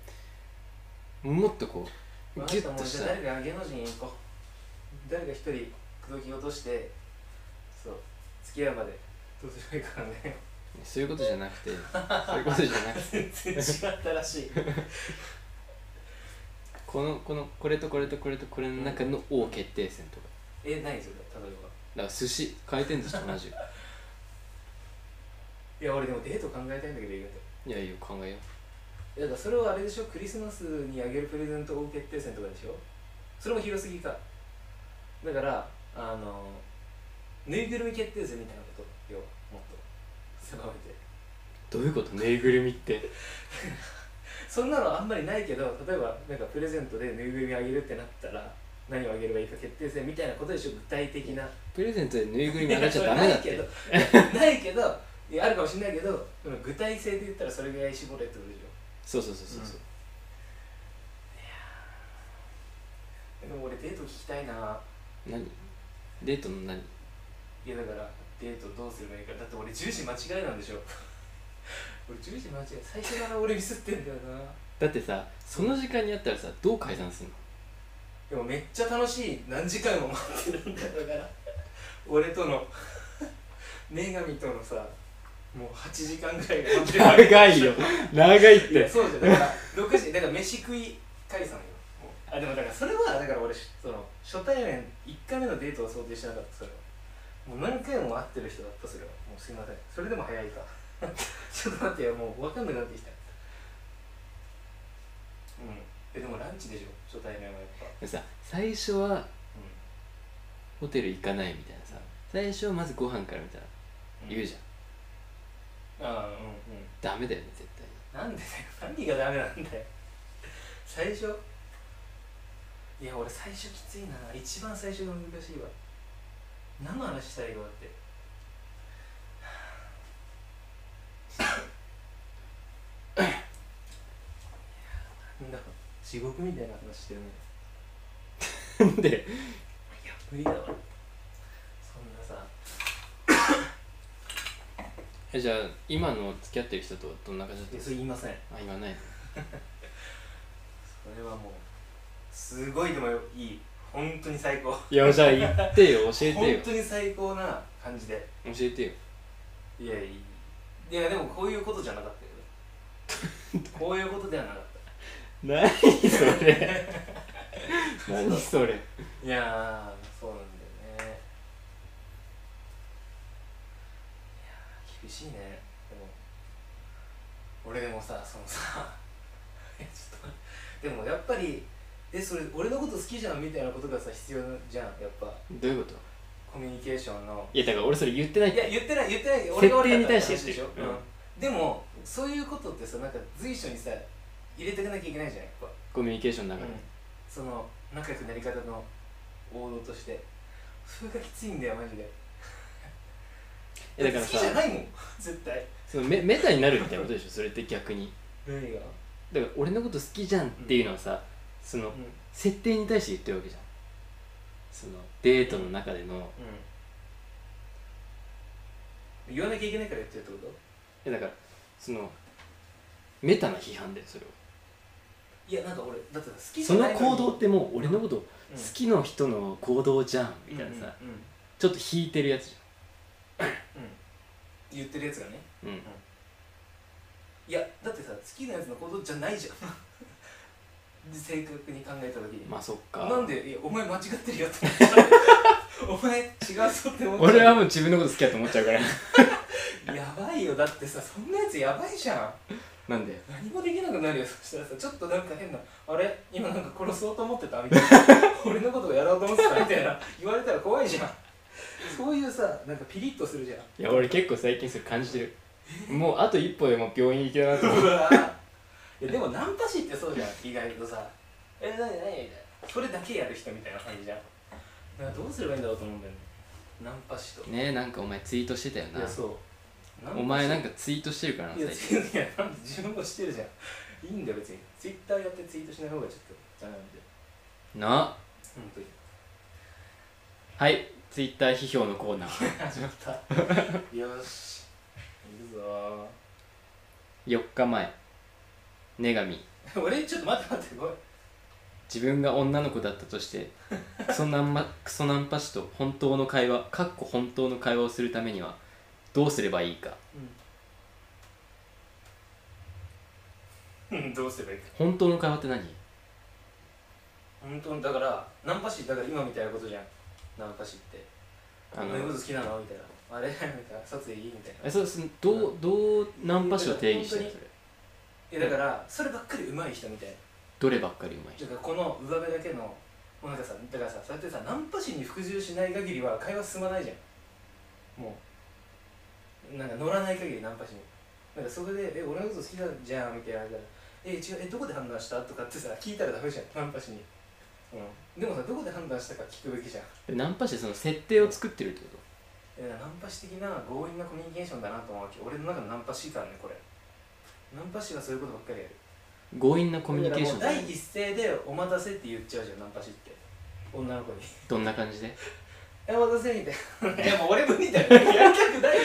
A: もっとこう
B: わか
A: ギ
B: っ
A: ュ
B: た
A: ッ
B: も
A: と
B: うじ
A: し
B: ゃあ
A: た
B: 誰か芸能人行こう誰か一人口説き落としてそう付き合うまでどうすればいいからね
A: そういうことじゃなくてそういうことじゃなくて
B: 全然違ったら しい
A: このこのこれとこれとこれとこれの中の王決定戦とか
B: えないそれ例えば
A: だから寿司回転寿司と同じよ
B: いや俺でもデート考えたいんだけど意外と
A: いやいいよ考えよ
B: いやだからそれはあれでしょクリスマスにあげるプレゼント王決定戦とかでしょそれも広すぎかだからあのぬいぐるみ決定戦みたいなこと要はもっと狭めて
A: うどういうことぬいぐるみって
B: そんなのあんまりないけど例えばなんかプレゼントでぬいぐるみあげるってなったら何をあげればいいか決定戦みたいなことでしょ具体的な
A: プレゼントでぬいぐるみあげちゃダメだって
B: いやそれないけどないけどいやあるかもしれないけどでも具体性で言ったらそれぐらい絞れってことでしょ
A: そうそうそうそうそう、
B: でも俺デート聞きたいな
A: 何デートの何
B: いやだからデートどうすればいいかだって俺重視間違いなんでしょ俺重視間違い最初から俺ミスってんだよな
A: だってさその時間にやったらさどう解散すんの
B: でもめっちゃ楽しい何時間も待ってるんだよだから俺との女神とのさもう8時間ぐらいが待ってるわけ
A: 長いよ長いっ
B: いや
A: て
B: そうじゃんだから6時だから飯食い解散よもうあでもだからそれはだから俺その初対面1回目のデートは想定してなかったそれはもう何回も会ってる人だったそれはもうすいませんそれでも早いか ちょっと待ってよもう分かんなくなってきたうんえでもランチでしょ初対面はやっぱ
A: さ最初は
B: う
A: ホテル行かないみたいなさ最初はまずご飯からみたいなん言うじゃん
B: ゃんああうんうん
A: ダメだよね絶対
B: なんでだよ何 がダメなんだよ最初いや俺最初きついな一番最初が難しいわ何の話したらいいかだって なんだ地獄みたいな話してる ね
A: にで
B: いや無理だわそんなさ
A: えじゃあ今の付き合ってる人とはどんな感じだっ
B: い
A: た
B: や
A: の
B: それ言いません
A: あ言わない
B: それはもうすごいでもいい本当に最高
A: いやじゃあ言ってよ教えて
B: 本
A: よ
B: 当に最高な感じで
A: 教えてよ
B: いやいやいやでもこういうことじゃなかったけどこういうことではなかっ
A: 何それ 何それ
B: たいやーそうなんだよねいやー厳しいねでも俺でもさそのさ いやちょっと待ってでもやっぱりえそれ俺のこと好きじゃんみたいなことがさ必要じゃんやっぱ
A: どういうこ
B: コミュニケーションの
A: いやだから俺それ言ってないっ
B: い
A: て
B: や言ってない言ってない俺が悪かったって話でしょ
A: 設定に対して言ってる
B: うんでもそういうことってさなんか随所にさ入れていかなきゃいけないじゃないやっ
A: コミュニケーションの
B: ぱ、
A: 中で、
B: その仲良くなり方の王道としてそれがきついんだよマジで
A: いやだから
B: 好きじゃ
A: さ
B: ないもん 絶対
A: そのメメタになるみたいなことでしょそれって逆に
B: 何が、
A: だから俺のこと好きじゃんっていうのはさ、その
B: うん
A: 設定に対して言ってるわけじゃんそのデートの中での、
B: うん、言わなきゃいけないから言ってるってこと
A: いやだからそのメタな批判だよそれはい
B: やなんか俺だって好きじ
A: そ
B: ゃ
A: の
B: ないに
A: 行動ってもう俺のこと好
B: うん
A: きの人の行動じゃんみたいなさ、
B: うんうんうん
A: ちょっと引いてるやつじ
B: 言ってるやつがね
A: ゃんうん
B: いやだってさ好きなやつの行動じゃないじゃんで正確に考えた時に、
A: まあそっか
B: なんでいやお前間違ってるよっ て思ったお前違うぞって思っ
A: 俺
B: ちゃ
A: は
B: う
A: もう自分のこと好きだと思っちゃうか ら
B: やばいよだってさそんなやつやばいじゃん
A: なんで
B: 何もできなくなるよそしたらさちょっとなんか変なあれ今なんか殺そうと思ってたみたい な俺のことをやろうと思ってたみたいな言われたら怖いじゃんそういうさなんかピリッとするじゃん
A: いや俺結構最近それ感じてるもうあと一歩でもう病院行けな と思う
B: うわ ぁいやでもナンパ師ってそうじゃん意外とさえなになにみたいなそれだけやる人みたいな感じじゃんだからどうすればいいんだろうと思うんだよねナンパ師と
A: ねえなんかお前ツイートしてたよ
B: い
A: な
B: やそう
A: お前なん
B: か
A: かツイートしてるからない
B: や
A: 最近
B: 違ういやなんで自分もしてるじゃんいいんだよ別にツイッターやってツイートしない方がちょっとダメなんで
A: な
B: 本当に
A: はいツイッター批評のコーナー
B: 始まった よしいくぞ
A: 4日前女神
B: ー俺ちょっと待って待ってごめん
A: 自分が女の子だったとしてクソナンマクソナンパ師と本当の会話かっこ本当の会話をするためにはどうすればいいか
B: うんうんどうすればいいか
A: 本当の会話って何
B: 本当にだからナンパ師だから今みたいなことじゃんナンパ師って
A: あ
B: お前のこと
A: の
B: 好きなのみたいなあれみ たいな撮影いいみたいな
A: えそうすどうどうナンパ師を定義してるの
B: 本
A: それ
B: いやだからそればっかり上手い人みたいな
A: どればっかりうまい人
B: だからこの上辺だけのもうなんかさだからさそうやってさナンパ師に服従しない限りは会話進まないじゃんもうなんか乗らない限りナンパ師になんかそれで「え俺のこと好きなんじゃん」みたいな「え違うえどこで判断した?」とかってさ聞いたらダメじゃんナンパ師に、うん、でもさどこで判断したか聞くべきじゃん
A: でナンパ師はその設定を作ってるってこ
B: えナンパ師的な強引なコミュニケーションだなと思うわけ俺の中のナンパ師感ねこれナンパ師はそういうことばっかりやる
A: と強引なコミュニケーション
B: だからもう第一声で「お待たせ」って言っちゃうじゃんナンパ師って女の子に
A: どんな感じで
B: 「えお待たせ」みた いないやもう俺無理だよやりたくない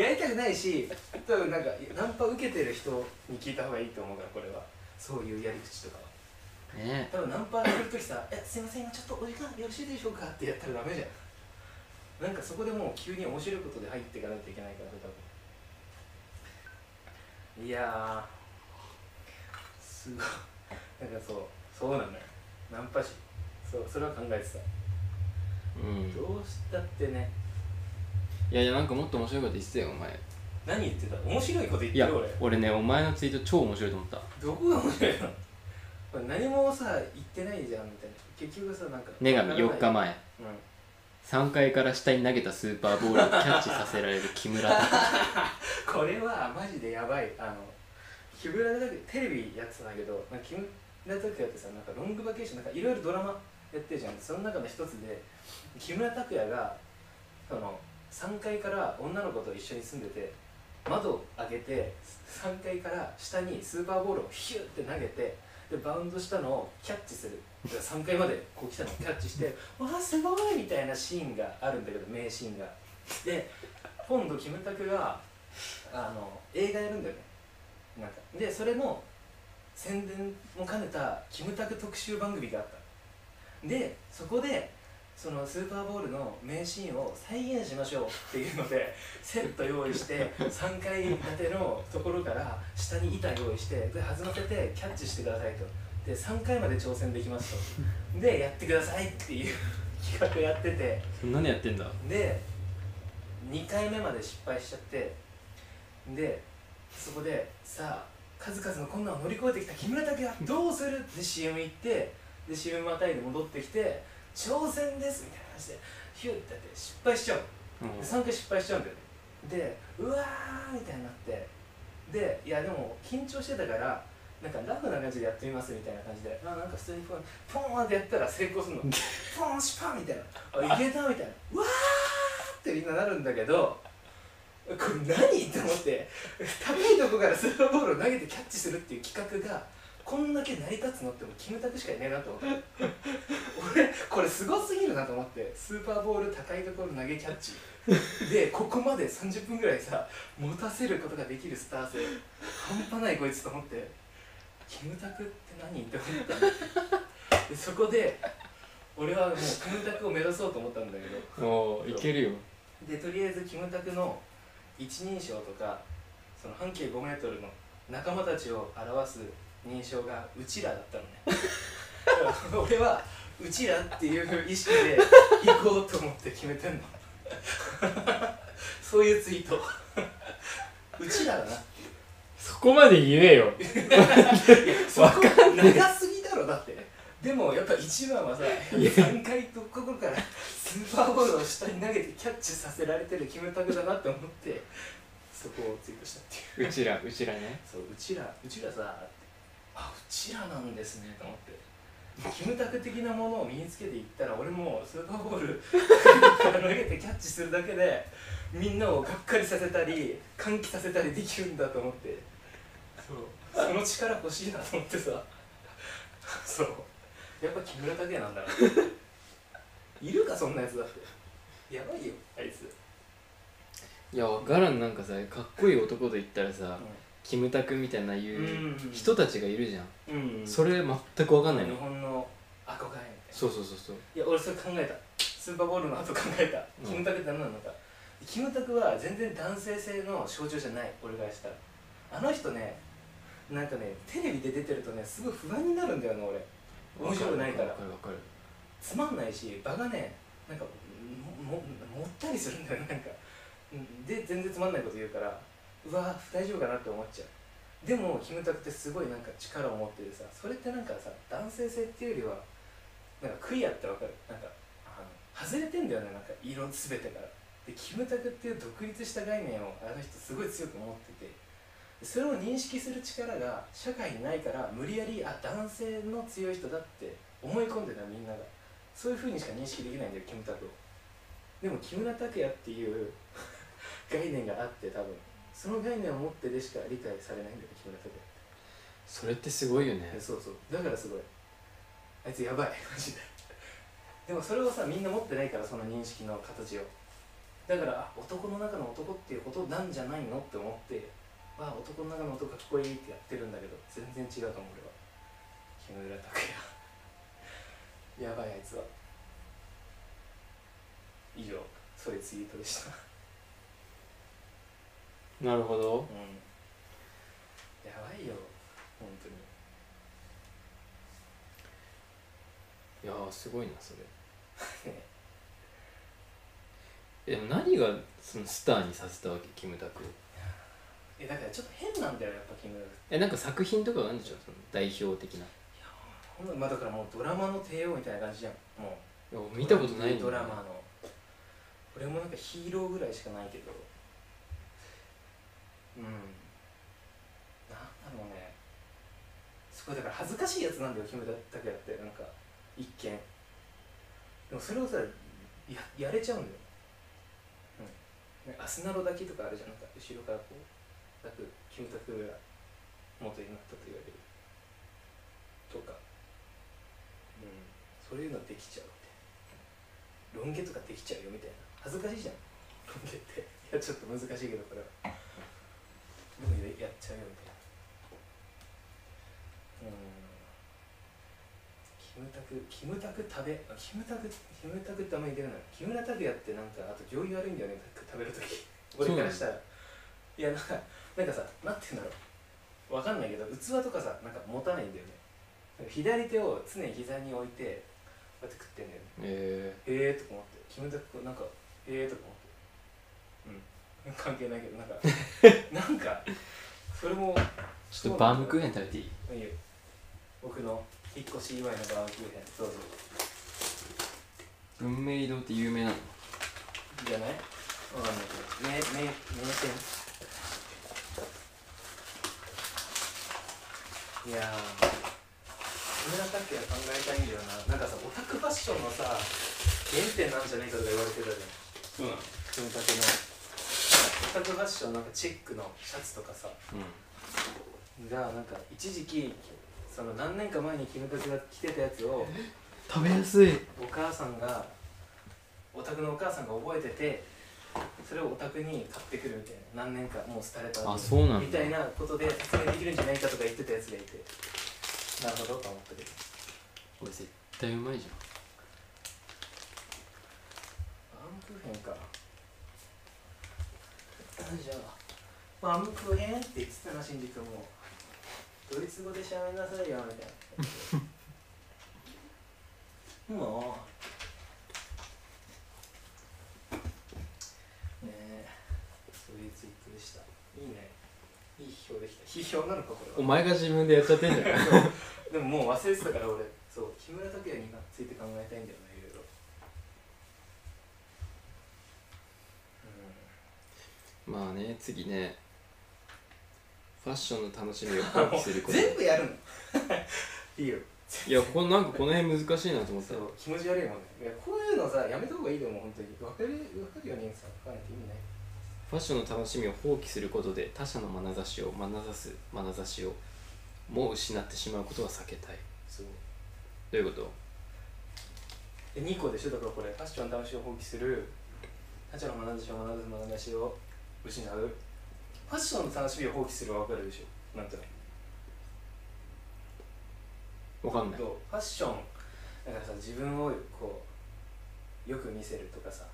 B: やりたくないし多分なんかナンパ受けてる人に聞いた方がいいと思うからこれはそういうやり口とかは
A: ね
B: 多分ナンパするときさ「えすいません今ちょっとお時間よろしいでしょうか」ってやったらダメじゃんなんかそこでもう急に面白いことで入っていかないといけないから多分いやーすごいなんかそうそうなんだよナンパ師そうそれは考えてた
A: うん
B: どうしたってね
A: いやいやなんかもっと面白いこと言ってたよお前
B: 何言ってた面白いこと言っ
A: い
B: て
A: や
B: る俺
A: 俺ねお前のツイート超面白いと思った
B: どこが面白いのこれ何もさ言ってないじゃんみたいな結局さなんか
A: 女神4
B: 前
A: 日前3階から下に投げたスーパーボールをキャッチさせられる木村拓哉
B: これはマジでやばいあの木村拓哉テレビやってたんだけどなんか木村拓哉ってさなんかロングバケーションなんかいろいろドラマやってるじゃんその中の一つで木村拓哉がその3階から女の子と一緒に住んでて窓を開けて3階から下にスーパーボールをヒュッて投げてでバウンドしたのをキャッチするだから3階までこう来たのをキャッチして「わあすごい!」みたいなシーンがあるんだけど名シーンがで今度木村拓哉があの映画やるんだよねなんかでそれの宣伝も兼ねたキムタク特集番組があったでそこでそのスーパーボールの名シーンを再現しましょうっていうので セット用意して3階建てのところから下に板用意してで弾ませてキャッチしてくださいとで3回まで挑戦できますとでやってくださいっていう企画やってて
A: そんなのやってんだ
B: で2回目まで失敗しちゃってでそこでさあ数々の困難を乗り越えてきた木村拓哉はどうするって CM 行ってで CM またいで戻ってきて挑戦ですみたいな話でヒュッてやって失敗しちゃうの
A: うん
B: 3回失敗しちゃうんだよねでうわーみたいになってでいやでも緊張してたからなんかラフな感じでやってみますみたいな感じであなんか普通にポンポンってやったら成功す るのポンシュパンみたいなあいけたみたいなうわーってみんななるんだけどこれ何って思って高いとこからスーパーボールを投げてキャッチするっていう企画がこんだけ成り立つのってもうキムタクしかいねえなと思って 俺これすごすぎるなと思ってスーパーボール高いところ投げキャッチでここまで30分ぐらいさ持たせることができるスター性半端ないこいつと思ってキムタクって何って思ったんだけどでそこで俺はもうキムタクを目指そうと思ったんだけど
A: おーいけるよ
B: でとりあえずキムタクの一人称とかその半径5メートルの仲間たちを表す認証が「うちら」だったのね だから俺は「うちら」っていう意識で行こうと思って決めてんの そういうツイートうちらだな
C: そこまで言えよ
B: そこ長すぎだろだってでもやっぱ一番はさ3回とここからスーパーボールを下に投げてキャッチさせられてるキムタクだなって思ってそこをツイートしたっていう
A: うちらうちらね
B: そううちらうちらさってあうちらなんですねと思ってキムタク的なものを身につけていったら俺もスーパーボール 投げてキャッチするだけでみんなをがっかりさせたり歓喜させたりできるんだと思ってそうその力欲しいなと思ってさそうやっぱ木村拓哉なんだないるかそんなやつだってやばいよあいつ、
A: いやわからんなんかさかっこいい男と言ったらさキムタクみたいな
B: う
A: 言うん人たちがいるじゃん、
B: うん
A: それ全くわかんない
B: 日
A: の
B: 本の憧れみたいな
A: そうそうそうそう
B: いや俺それ考えたスーパーボールの後考えた
A: うん
B: キムタクって何なのか、キムタクは全然男性性の象徴じゃない俺からしたらあの人ねなんかねテレビで出てるとねすごい不安になるんだよな俺面白くないから
A: わかるわかる
B: つまんないし場がねなんかもももったりするんだよなんかうんで全然つまんないこと言うからうわ大丈夫かなって思っちゃうでもキムタクってすごいなんか力を持っててさそれってなんかさ男性性っていうよりはなんか悔いあってわかるなんかあの外れてんだよねなんか色全てからでキムタクっていう独立した概念をあの人すごい強く持っててそれを認識する力が社会にないから無理やりあ男性の強い人だって思い込んでたみんながそういうふうにしか認識できないんだよキムタクをでも木村拓哉っていう 概念があって多分その概念を持ってでしか理解されないんだよ木村拓哉
A: それってすごいよね
B: えそうそうだからすごいあいつやばいマジででもそれをさみんな持ってないからその認識の形をだからあ男の中の男っていうことなんじゃないのって思ってあ男の中の男かっこいいってやってるんだけど全然違うと思う俺は木村拓哉 やばいあいつは以上そういうツイートでした
A: なるほど
B: うんやばいよ本当に
A: いやーすごいなそれ えでも何がそのスターにさせたわけキムタクを
B: えだからちょっと変なんだよやっぱ木村拓哉
A: えなんか作品とかがあるんでしょその代表的ない
B: ほんなまあだからもうドラマの帝王みたいな感じじゃんも
A: や
B: う
A: 見たことないんだよ
B: ドラマの俺もなんかヒーローぐらいしかないけどうんなんだろうねすごいだから恥ずかしいやつなんだよキムタクやってなんか一見でもそれをさややれちゃうんだよ、うん、ねアスナロだけとかあるじゃんなんか後ろからこう抱くキムタクが元になったと言われるとかうんそういうのできちゃうってロン毛とかできちゃうよみたいな恥ずかしいじゃんロン毛っていやちょっと難しいけどこれはロン毛でやっちゃうよみたいなうんキムタクキムタク食べあキムタクキムタクってあんまり出ない木村拓哉ってなんかあと行儀悪いんだよね食べるとき
A: そう
B: 俺
A: なの
B: からしたらいやなんかなんかさなんて言うんだろうわかんないけど器とかさなんか持たないんだよねなんか左手を常に膝に置いてこうやって食ってんだよね
A: え
B: へえとか思ってキムタクなんかへえとか思ってうん関係ないけどなんか なんかそれも
A: ー、ちょっとバームクーヘン食べていい
B: いいよ僕の引っ越し祝いのバームクーヘンどうぞ
A: 文明堂って有名なの
B: じゃないわかんないけど名名名店いやー木村拓哉考えたいんだよななんかさオタクファッションのさ原点なんじゃないかとか言われてたじゃん
A: そうなの
B: 組み立てのオタクファッションなんかチェックのシャツとかさがなんか一時期その何年か前にキムタクが着てたやつを
A: 食べやすい
B: お母さんがお宅のお母さんが覚えててそれをお宅に買ってくるみたいな何年かもう廃れた後に
A: あそうなんだ
B: みたいなことで説明できるんじゃないかとか言ってたやつがいてなるほどと思ったけど
A: これ絶対うまいじゃ
B: バームクーヘンかじゃあバームクーヘンって言ってたな新宿もドイツ語で喋りなさいよみたいなもうねえそういうツイートでしたいいねいい批評できた批評なのかこ
C: お
B: れ
C: 前
B: は
C: が自分でやっちゃってんじゃ ない
B: でももう忘れてたから俺そう木村拓哉について考えたいんだよねいろいろうん
A: んまあね次ねファッションの楽しみを喚起すること
B: 全部やるのいいよ
A: いやこなんかこの辺難しいなと思った
B: そう気持ち悪いもんねいやこういうのさやめた方がいいと思う本当に分かる分かるようにさ分かんないと意味ない
A: ファッションの楽しみを放棄することで他者の眼差しを眼差す眼差しをもう失ってしまうことは避けたい
B: そう
A: どういうこと
B: で2個でしょだからこれファッションの楽しみを放棄する他者の学んだしを学ぶ学んだしを失うファッションの楽しみを放棄するは分かるでしょなんとなく
A: わかんない
B: どうファッションだからさ自分をこうよく見せるとかさ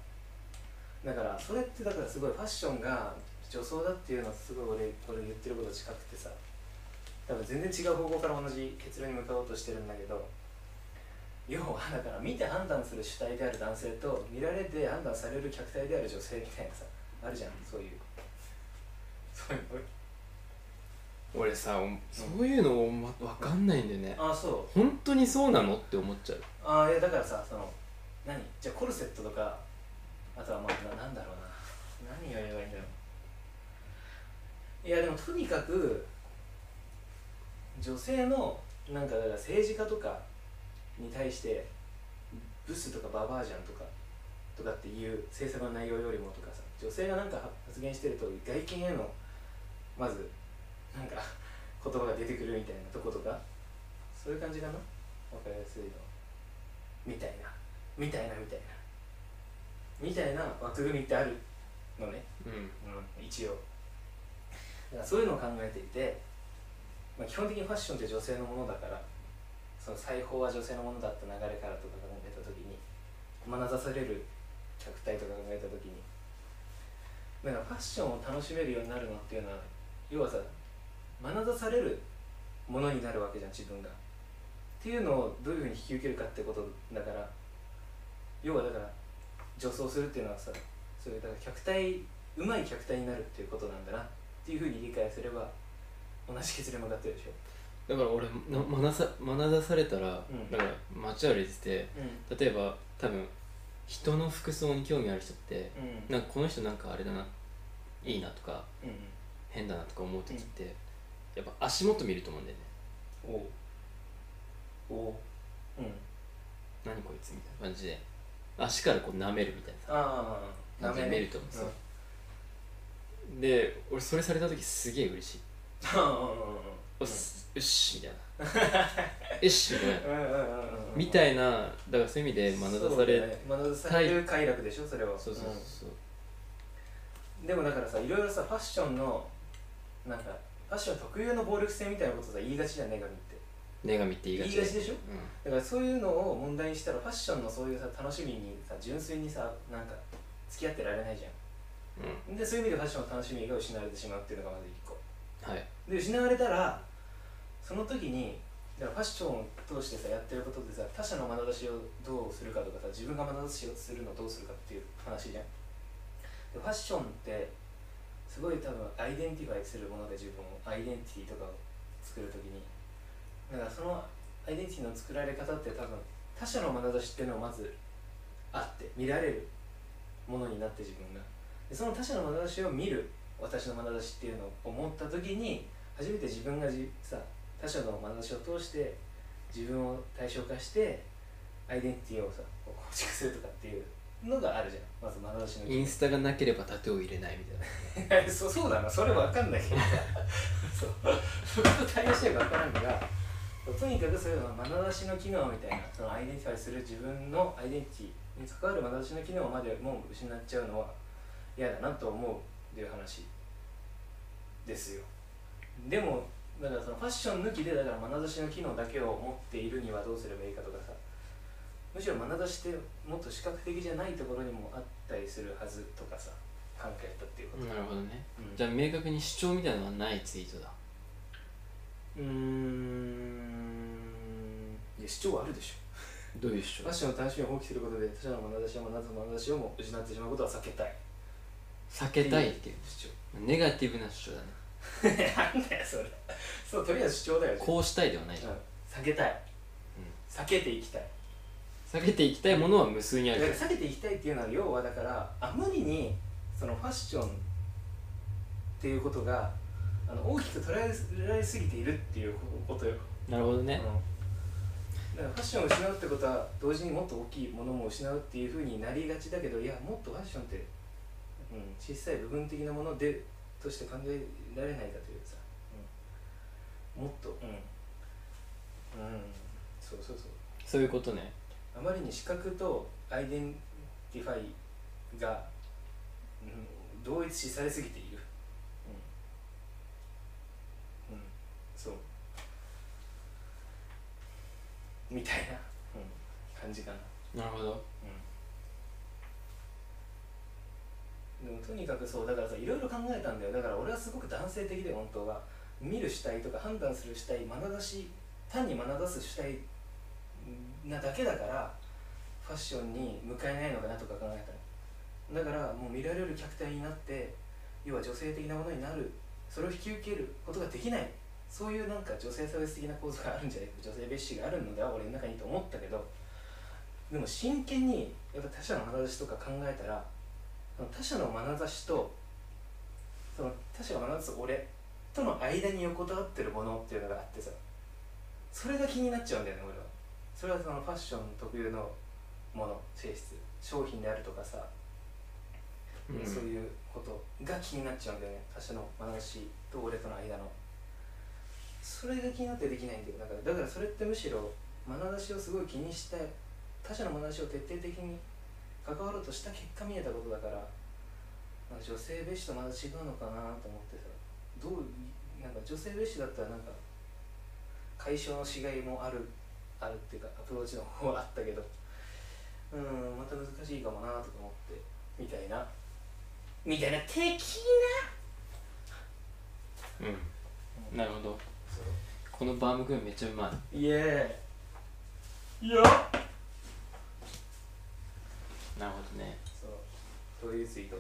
B: だからそれってだからすごいファッションが女装だっていうのはすごい俺俺言ってること近くてさ多分全然違う方向から同じ結論に向かおうとしてるんだけど要はだから見て判断する主体である男性と見られて判断される客体である女性みたいなさあるじゃんそういうそういう
A: 俺さおそういうの、ま、わかんないんだよね
B: ああそう
A: 本当にそうなのって思っちゃう
B: ああいやだからさその何じゃあコルセットとかあとはまあななんだろうな何をやればいいんだろういやでもとにかく女性のなんかだから政治家とかに対してブスとかババアじゃんとかとかっていう政策の内容よりもとかさ女性がなんか発言してると外見へのまずなんか言葉が出てくるみたいなとことかそういう感じかなわかりやすいのみたいなみたいなみたいなみたいな枠組みってあるのね、
A: うん
B: 一応だからそういうのを考えていて、まあ、基本的にファッションって女性のものだからその裁縫は女性のものだって流れからとか考えた時に眼差される客体とか考えた時にだからファッションを楽しめるようになるのっていうのは要はさ眼差されるものになるわけじゃん自分がっていうのをどういうふうに引き受けるかってことだから要はだから女装するっていうのはさそれだから客体うまい客体になるっていうことなんだなっていうふうに理解すれば同じ結論に向かってるでしょ
A: だから俺な眼差眼差されたら、
B: うん
A: だから街歩いて
B: う
A: て例えば多分人の服装に興味ある人って
B: んうん
A: なんかこの人なんかあれだないいなとか
B: う
A: 変だなとか思う時って、やっぱ足元見ると思うんだよね
B: んおうおううん
A: 何こいつみたいな感じで足からこう舐めるみたいな
B: ああ
A: 感じで見ると思う、
B: そう
A: そうで俺それされた時すげえ嬉しい、おっすよしみたいなよしみたいな
B: うんうんうんうんうんうん
A: みたいなだからそういう意味で眼差され
B: そうだね眼差される快楽でしょそれは
A: そうそうそう
B: でもだからさいろいろさファッションのなんかファッション特有の暴力性みたいなことさ言いがちじゃん女神って
A: 女神って言いがち
B: 言いがちでしょ
A: うん
B: だからそういうのを問題にしたらファッションのそういうさ楽しみにさ純粋にさなんか付き合ってられないじゃ
A: うん
B: んでそういう意味でファッションの楽しみが失われてしまうっていうのがまず一個
A: はい
B: で失われたらその時にだからファッションを通してさやってることでさ他者の眼差しをどうするかとかさ自分が眼差しをするのをどうするかっていう話じゃんでファッションってすごい多分アイデンティファイするもので自分をアイデンティティとかを作る時にだからそのアイデンティティの作られ方って多分他者の眼差しっていうのをまずあって見られるものになって自分がでその他者の眼差しを見る私の眼差しっていうのを思った時に初めて自分がじさ他者の眼差しを通して自分を対象化してアイデンティティをさこう構築するとかっていうのがあるじゃんまず眼差しの
A: インスタがなければタトゥーを入れないみたい な
B: そそうだなそれわかんないけど そうそれと対応してるか分からんからとにかくそういうの眼差しの機能みたいなそのアイデンティファイする自分のアイデンティティに関わる眼差しの機能までもう失っちゃうのは嫌だなと思うっていう話ですよでもだからそのファッション抜きでだから眼差しの機能だけを持っているにはどうすればいいかとかさむしろ眼差しってもっと視覚的じゃないところにもあったりするはずとかさ考えたっていうこと、
A: なるほどね
B: うん
A: じゃあ明確に主張みたいなのはないツイートだ
B: うーんいや主張はあるでしょ
A: どういう主
B: ファッションの楽しみを放棄することで他者の眼差しや眼差しの眼差しをも失ってしまうことは避けたい
A: 避けたいっていう
B: 主張
A: ネガティブな主張だ ね
B: なんだよそれそうとりあえず主張だよ
A: こうしたいではない
B: うん
A: じゃん、
B: 避けたい
A: うん
B: 避けていきたい
A: 避けていきたいものは無数にあ
B: だ
A: る
B: から避けていきたいっていうのは要はだからあ無理にそのファッションっていうことがあの大きく捉えられすぎているっていうことよ
A: なるほどね
B: うんだからファッションを失うってことは同時にもっと大きいものも失うっていうふうになりがちだけどいやもっとファッションって、うん、小さい部分的なものでとして考えられないかというさ、うん、もっとうん、うん、そうそうそう
A: そういうことね
B: あまりに視覚とアイデンティファイが、うん、同一視されすぎているうん、うん、そうみたいな、うん、感じかな
A: なるほど
B: でもとにかくそうだからさいろいろ考えたんだよだから俺はすごく男性的で本当は見る主体とか判断する主体眼差し単に眼差す主体なだけだからファッションに向かえないのかなとか考えたのだからもう見られる客体になって要は女性的なものになるそれを引き受けることができないそういうなんか女性差別的な構造があるんじゃないか女性蔑視があるのでは俺の中にと思ったけどでも真剣にやっぱ他者の眼差しとか考えたらその他者の眼差しとその他者が眼差す俺との間に横たわってるものっていうのがあってさそれが気になっちゃうんだよね俺はそれはそのファッション特有のもの性質商品であるとかさ、
A: うん
B: そういうことが気になっちゃうんだよね他者の眼差しと俺との間のそれが気になってできないんだよだからだからそれってむしろ眼差しをすごい気にして他者の眼差しを徹底的に関わろうとした結果見えたことだからなんか女性蔑視とまだ違うのかなと思ってさどうなんか女性蔑視だったらなんか解消のしがいもあるあるっていうかアプローチの方はあったけどうーんまた難しいかもなとか思ってみたいなみたいな的な
A: うんなるほどこのバームクーヘンめっちゃうま
B: イ
C: い
B: エ
C: や
A: いなるほどね
B: ーイそうそういうツイート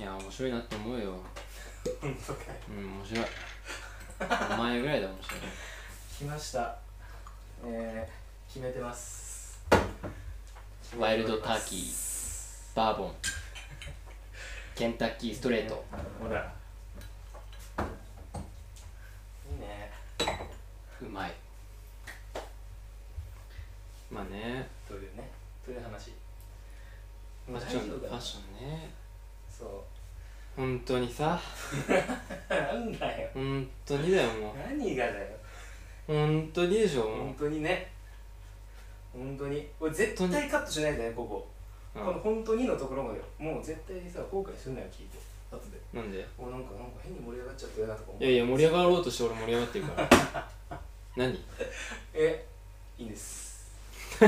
A: いや面白いなって思うよ
B: 本当かい
A: うん面白いお前ぐらいだ面白い
B: 来ましたえー、決めてます
A: ワイルドターキーバーボンケンタッキーストレート
C: ほら
B: いいね
A: うまいまあね
B: というねという話
A: ファッションフ
B: 大丈夫だ
A: ァッションね
B: そう
A: 本当にさ
B: なんだよ
A: 本当にだよもう
B: 何がだよ
A: 本当にでしょも
B: 本当にね本当に俺絶対カットしないでねここ、
A: う、
B: この本当にのところまでよもう絶対にさ後悔すんなよ聞いて後で
A: うん、なんで
B: おなんかなんか変に盛り上がっちゃったよなとか思う
A: いやいや盛り上がろうとして俺盛り上がってるから 何
B: えいいんです そ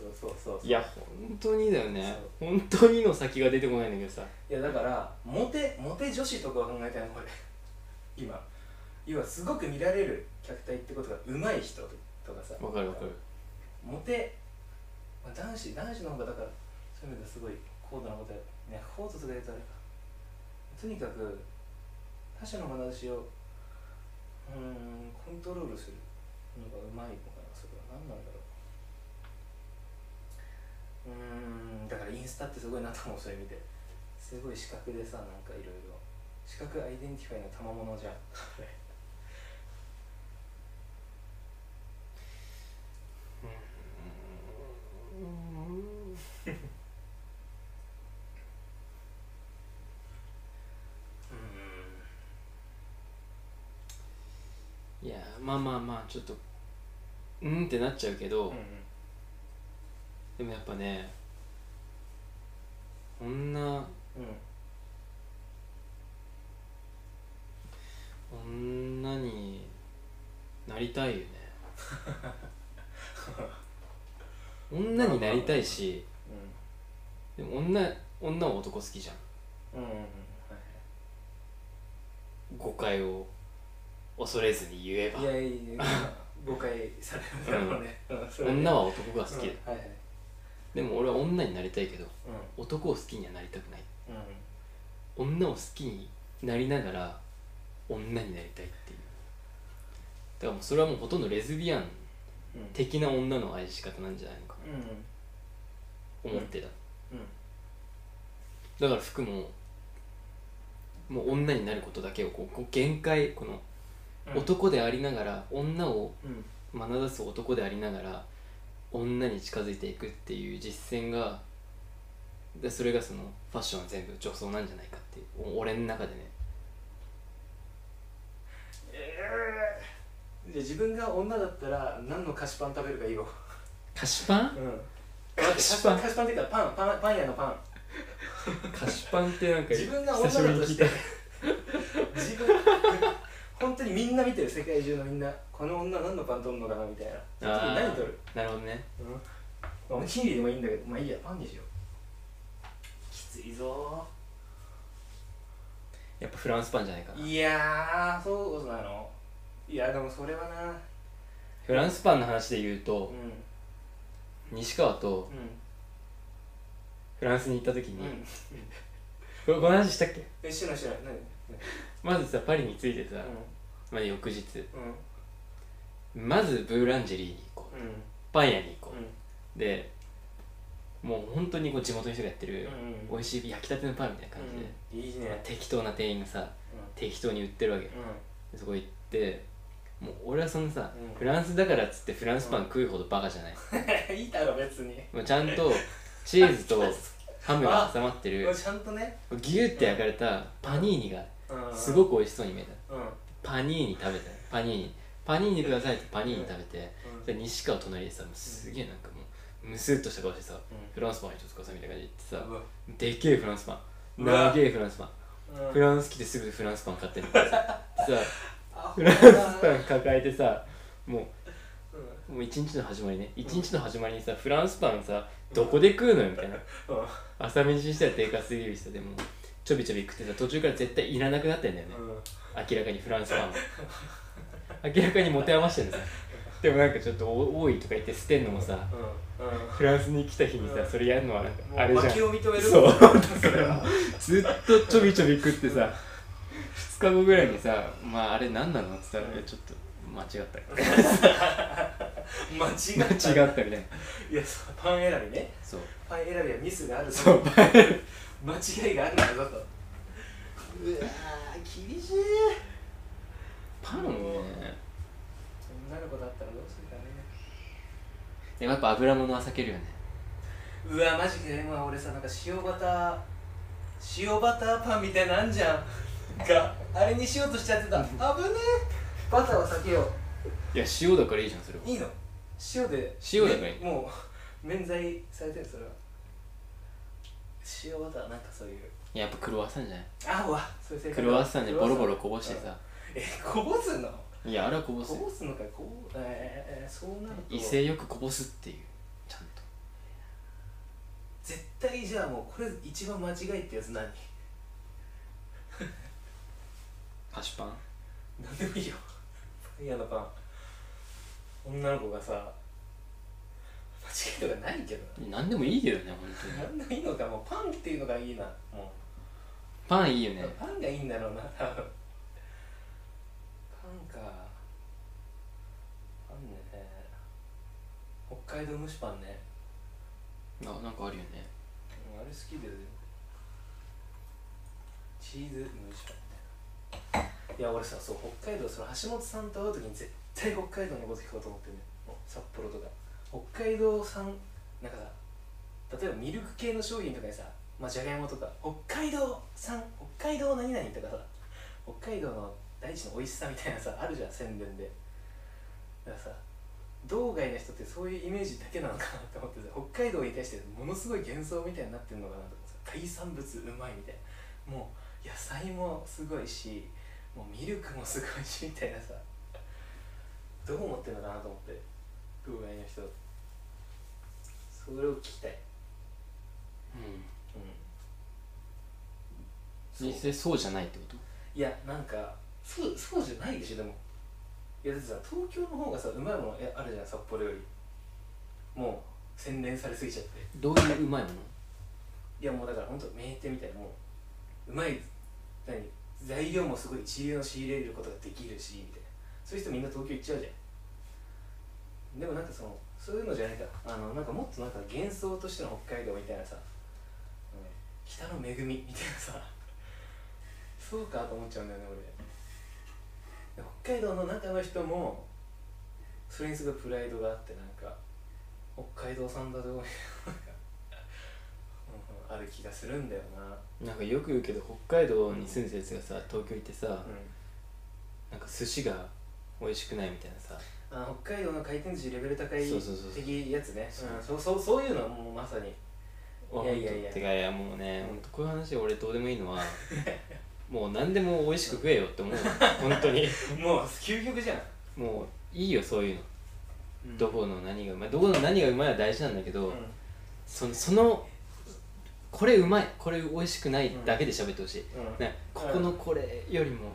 B: うそうそう
A: いや本当にだよね本当にの先が出てこないんだけどさ
B: いやだからモテモテ女子とかを考えたいのこれ今要はすごく見られる客体ってことが上手い人とかさ
A: わかるわかる
B: モテ、まあ、男子男子の方がだからそういう意味ではすごい高度なことやね高度とか言うとあれかとにかく他者の眼差しをうーんコントロールするのがうまいのかなそれは何なんだろううーんだからインスタってすごいなと思うそれ見てすごい視覚でさなんかいろいろ視覚アイデンティファイの賜物じゃん
A: いやまあまあまあちょっとうんってなっちゃうけ
B: う
A: ど、
B: んうん
A: でもやっぱね女
B: うん
A: 女になりた いよね女になりたいしでも女女は男好きじゃん
B: うんうんうん
A: 誤解を恐れずに言えば
B: はいはいいやいや誤解されるだろうね、うんそれ
A: 女は男が好きだ、
B: うんはいはい
A: でも俺は女になりたいけど
B: うん
A: 男を好きにはなりたくない
B: うん
A: 女を好きになりながら女になりたいっていうだからもうそれはもうほとんどレズビアン
B: うん
A: 的な女の愛し方なんじゃないのか
B: うんうん
A: な思ってた、
B: うん
A: だから服ももう女になることだけをこうこう限界この
B: うん
A: 男でありながら女を
B: うん
A: 眼差す男でありながら女に近づいていくっていう実践がでそれがそのファッションは全部女装なんじゃないかっていうお俺の中でね
B: えー、じゃあ自分が女だったら何の菓子パン食べるかいいよ
A: 菓子パン
B: うん
A: 菓子パン
B: 菓子パンっていうかパンパンパン屋のパン
A: 菓子パンってなんか
B: 自分が女だとして自分本当にみんな見てる世界中のみんなこの女何のパン取るのかなみたいな
A: あー
B: 何取る
A: なるほどね
B: うんおにぎりでもいいんだけどまあいいやパンにしようきついぞ
A: やっぱフランスパンじゃないかない
B: やーそうなのいやでもそれはな
A: フランスパンの話で言う
B: う
A: と
B: ん
A: 西川と
B: う
A: フランスに行った時に、
B: んうん
A: これこの話したっけ
B: えしないしない何
A: まずさパリに着いてさ、
B: う
A: まあ、翌日
B: んうん
A: まずブーランジェリーに行こう
B: うん
A: パン屋に行こう、
B: う
A: でもう本当にこう地元の人がやってる
B: んうんうん
A: 美味しい焼きたてのパンみたいな感じで、
B: うんいい
A: まあ
B: ね
A: 適当な店員がさ適当に売ってるわけよ
B: うんうん
A: でそこ行ってもう俺はそのさ、
B: うん
A: フランスだからっつってフランスパン食うほどバカじゃない、
B: いいだろ別に
A: もうちゃんとチーズとハムが挟まってる
B: ちゃんとね
A: ギューって焼かれたパニーニがすごく美味しそうに見えた
B: うんうん
A: パニーニ食べたパニーニパニーニくださいってパニーニ食べてで西川隣でさもうすげえなんかもうむすっとした顔してさフランスパン一つくださいみたいな感じで言ってさでっけえフランスパン
B: うわ
A: 長えフランスパン
B: うん
A: フランス来てすぐフランスパン買ってるからさでさ
B: あ
A: フランスパン抱えてさも
B: うん
A: うもう一日の始まりね一日の始まりにさフランスパンさどこで食うのよみたいな朝飯にしたら低下すぎるしさでもちょびちょび食ってさ途中から絶対いらなくなってんだよね
B: うんうん
A: 明らかにフランスパンを明らかに持て余してるさでもなんかちょっとお多いとか言って捨てんのもさフランスに来た日にさそれやるのはなんか
B: うん
A: あれじゃん
B: もう負けを認める
A: そうだ
B: そ
A: か
B: れ
A: ら
B: は
A: もうずっとちょびちょび食ってさ2日後ぐらいにさ「まああれ何なの?」っつったら「いやちょっと間違った」
B: 間
A: 間
B: 違った
A: 違ったみたいない
B: やそうパン選びね
A: そう
B: パン選びはミスがある
A: そ
B: ぞ
A: うパエ
B: 間違いがあるんだぞとうわー厳しい
A: パンね
B: 女の子だったらどうするかね
A: でもやっぱ油物は避けるよね
B: うわマジで今俺さなんか塩バター塩バターパンみたいなのあんじゃんがあれにしようとしちゃってた危ねえバターは避けよ
A: いや塩だからいいじゃんそれは
B: ういいの塩で
A: 塩だからい
B: ね
A: い
B: もう免罪されてるそれは塩バターなんかそういう
A: やっぱクロワッサンじゃない
B: あうわそういう性格
A: クロワッサンでボロボロこぼしてさ
B: えこぼすの
A: いやあれはこぼす
B: こ
A: よ
B: ぼすのかこぼえーえーそうなると
A: 威勢よくこぼすっていうちゃんと
B: 絶対じゃあもうこれ一番間違いってやつ何
A: 菓子パン
B: なんでもいいよパン屋のパン女の子がさ間違いとかないけど
A: 何でもいいけどね本
B: な 何で
A: 当に
B: もいいのかもうパンっていうのがいいなも
A: パンいいよ
B: う、
A: ね
B: パンがいいんだろうな多分パンかパンね北海道蒸しパンね
A: あなんかあるよね
B: あれ好きだよねチーズ蒸しパンみたいないや俺さそう北海道その橋本さんと会う時に絶対北海道のこと聞こうと思ってるのよ札幌とか北海道産なんかさ例えばミルク系の商品とかにさまあじゃがいもとか北海道産北海道何々とかさ北海道の大地の美味しさみたいなさあるじゃん宣伝でだからさ道外の人ってそういうイメージだけなのかなと思ってさ北海道に対してものすごい幻想みたいになってるのかなとかさ海産物うまいみたいなもう野菜もすごいしもうミルクもすごいしみたいなさどう思ってるのかなと思って道外の人それを聞きたい
A: うん
B: うん
A: 実際そうじゃないってこと
B: いやなんかそうそうじゃないでしょでもいやだってさ東京の方がさうまいものえあるじゃん札幌よりもう洗練されすぎちゃって
A: どういううまいもの
B: いやもうだから本当名店みたいなもううまい何材料もすごい一流の仕入れることができるしみたいなそういう人みんな東京行っちゃうじゃんでもなんかそのそういうのじゃないかあのなんかもっとなんか幻想としての北海道みたいなさ、うん北の恵みみたいなさそうかと思っちゃうんだよね俺で北海道の中の人もそれにすごいプライドがあってなんか北海道産だぞみたいななんかうんうんある気がするんだよな
A: なんかよく言うけど北海道に住んでるやつがさ東京行ってさ、
B: うん
A: なんか寿司が美味しくないみたいなさ
B: あ北海道の回転寿司レベル高い
A: そうそうそうそう
B: 的やつね
A: そう
B: うんそうそうそういうのはもうまさにいやいやいや
A: てかいやもうね、
B: うん
A: ほんとこういう話俺どうでもいい のはもう何でも美味しく食えよって思う本当に
B: もう究極じゃん、
A: もういいよそういうの、どこの何がうまいどこの何がうまいは大事なんだけど、
B: うん
A: そのそのこれうまいこれ美味しくないだけで喋ってほしい、
B: うん
A: ねここのこれよりも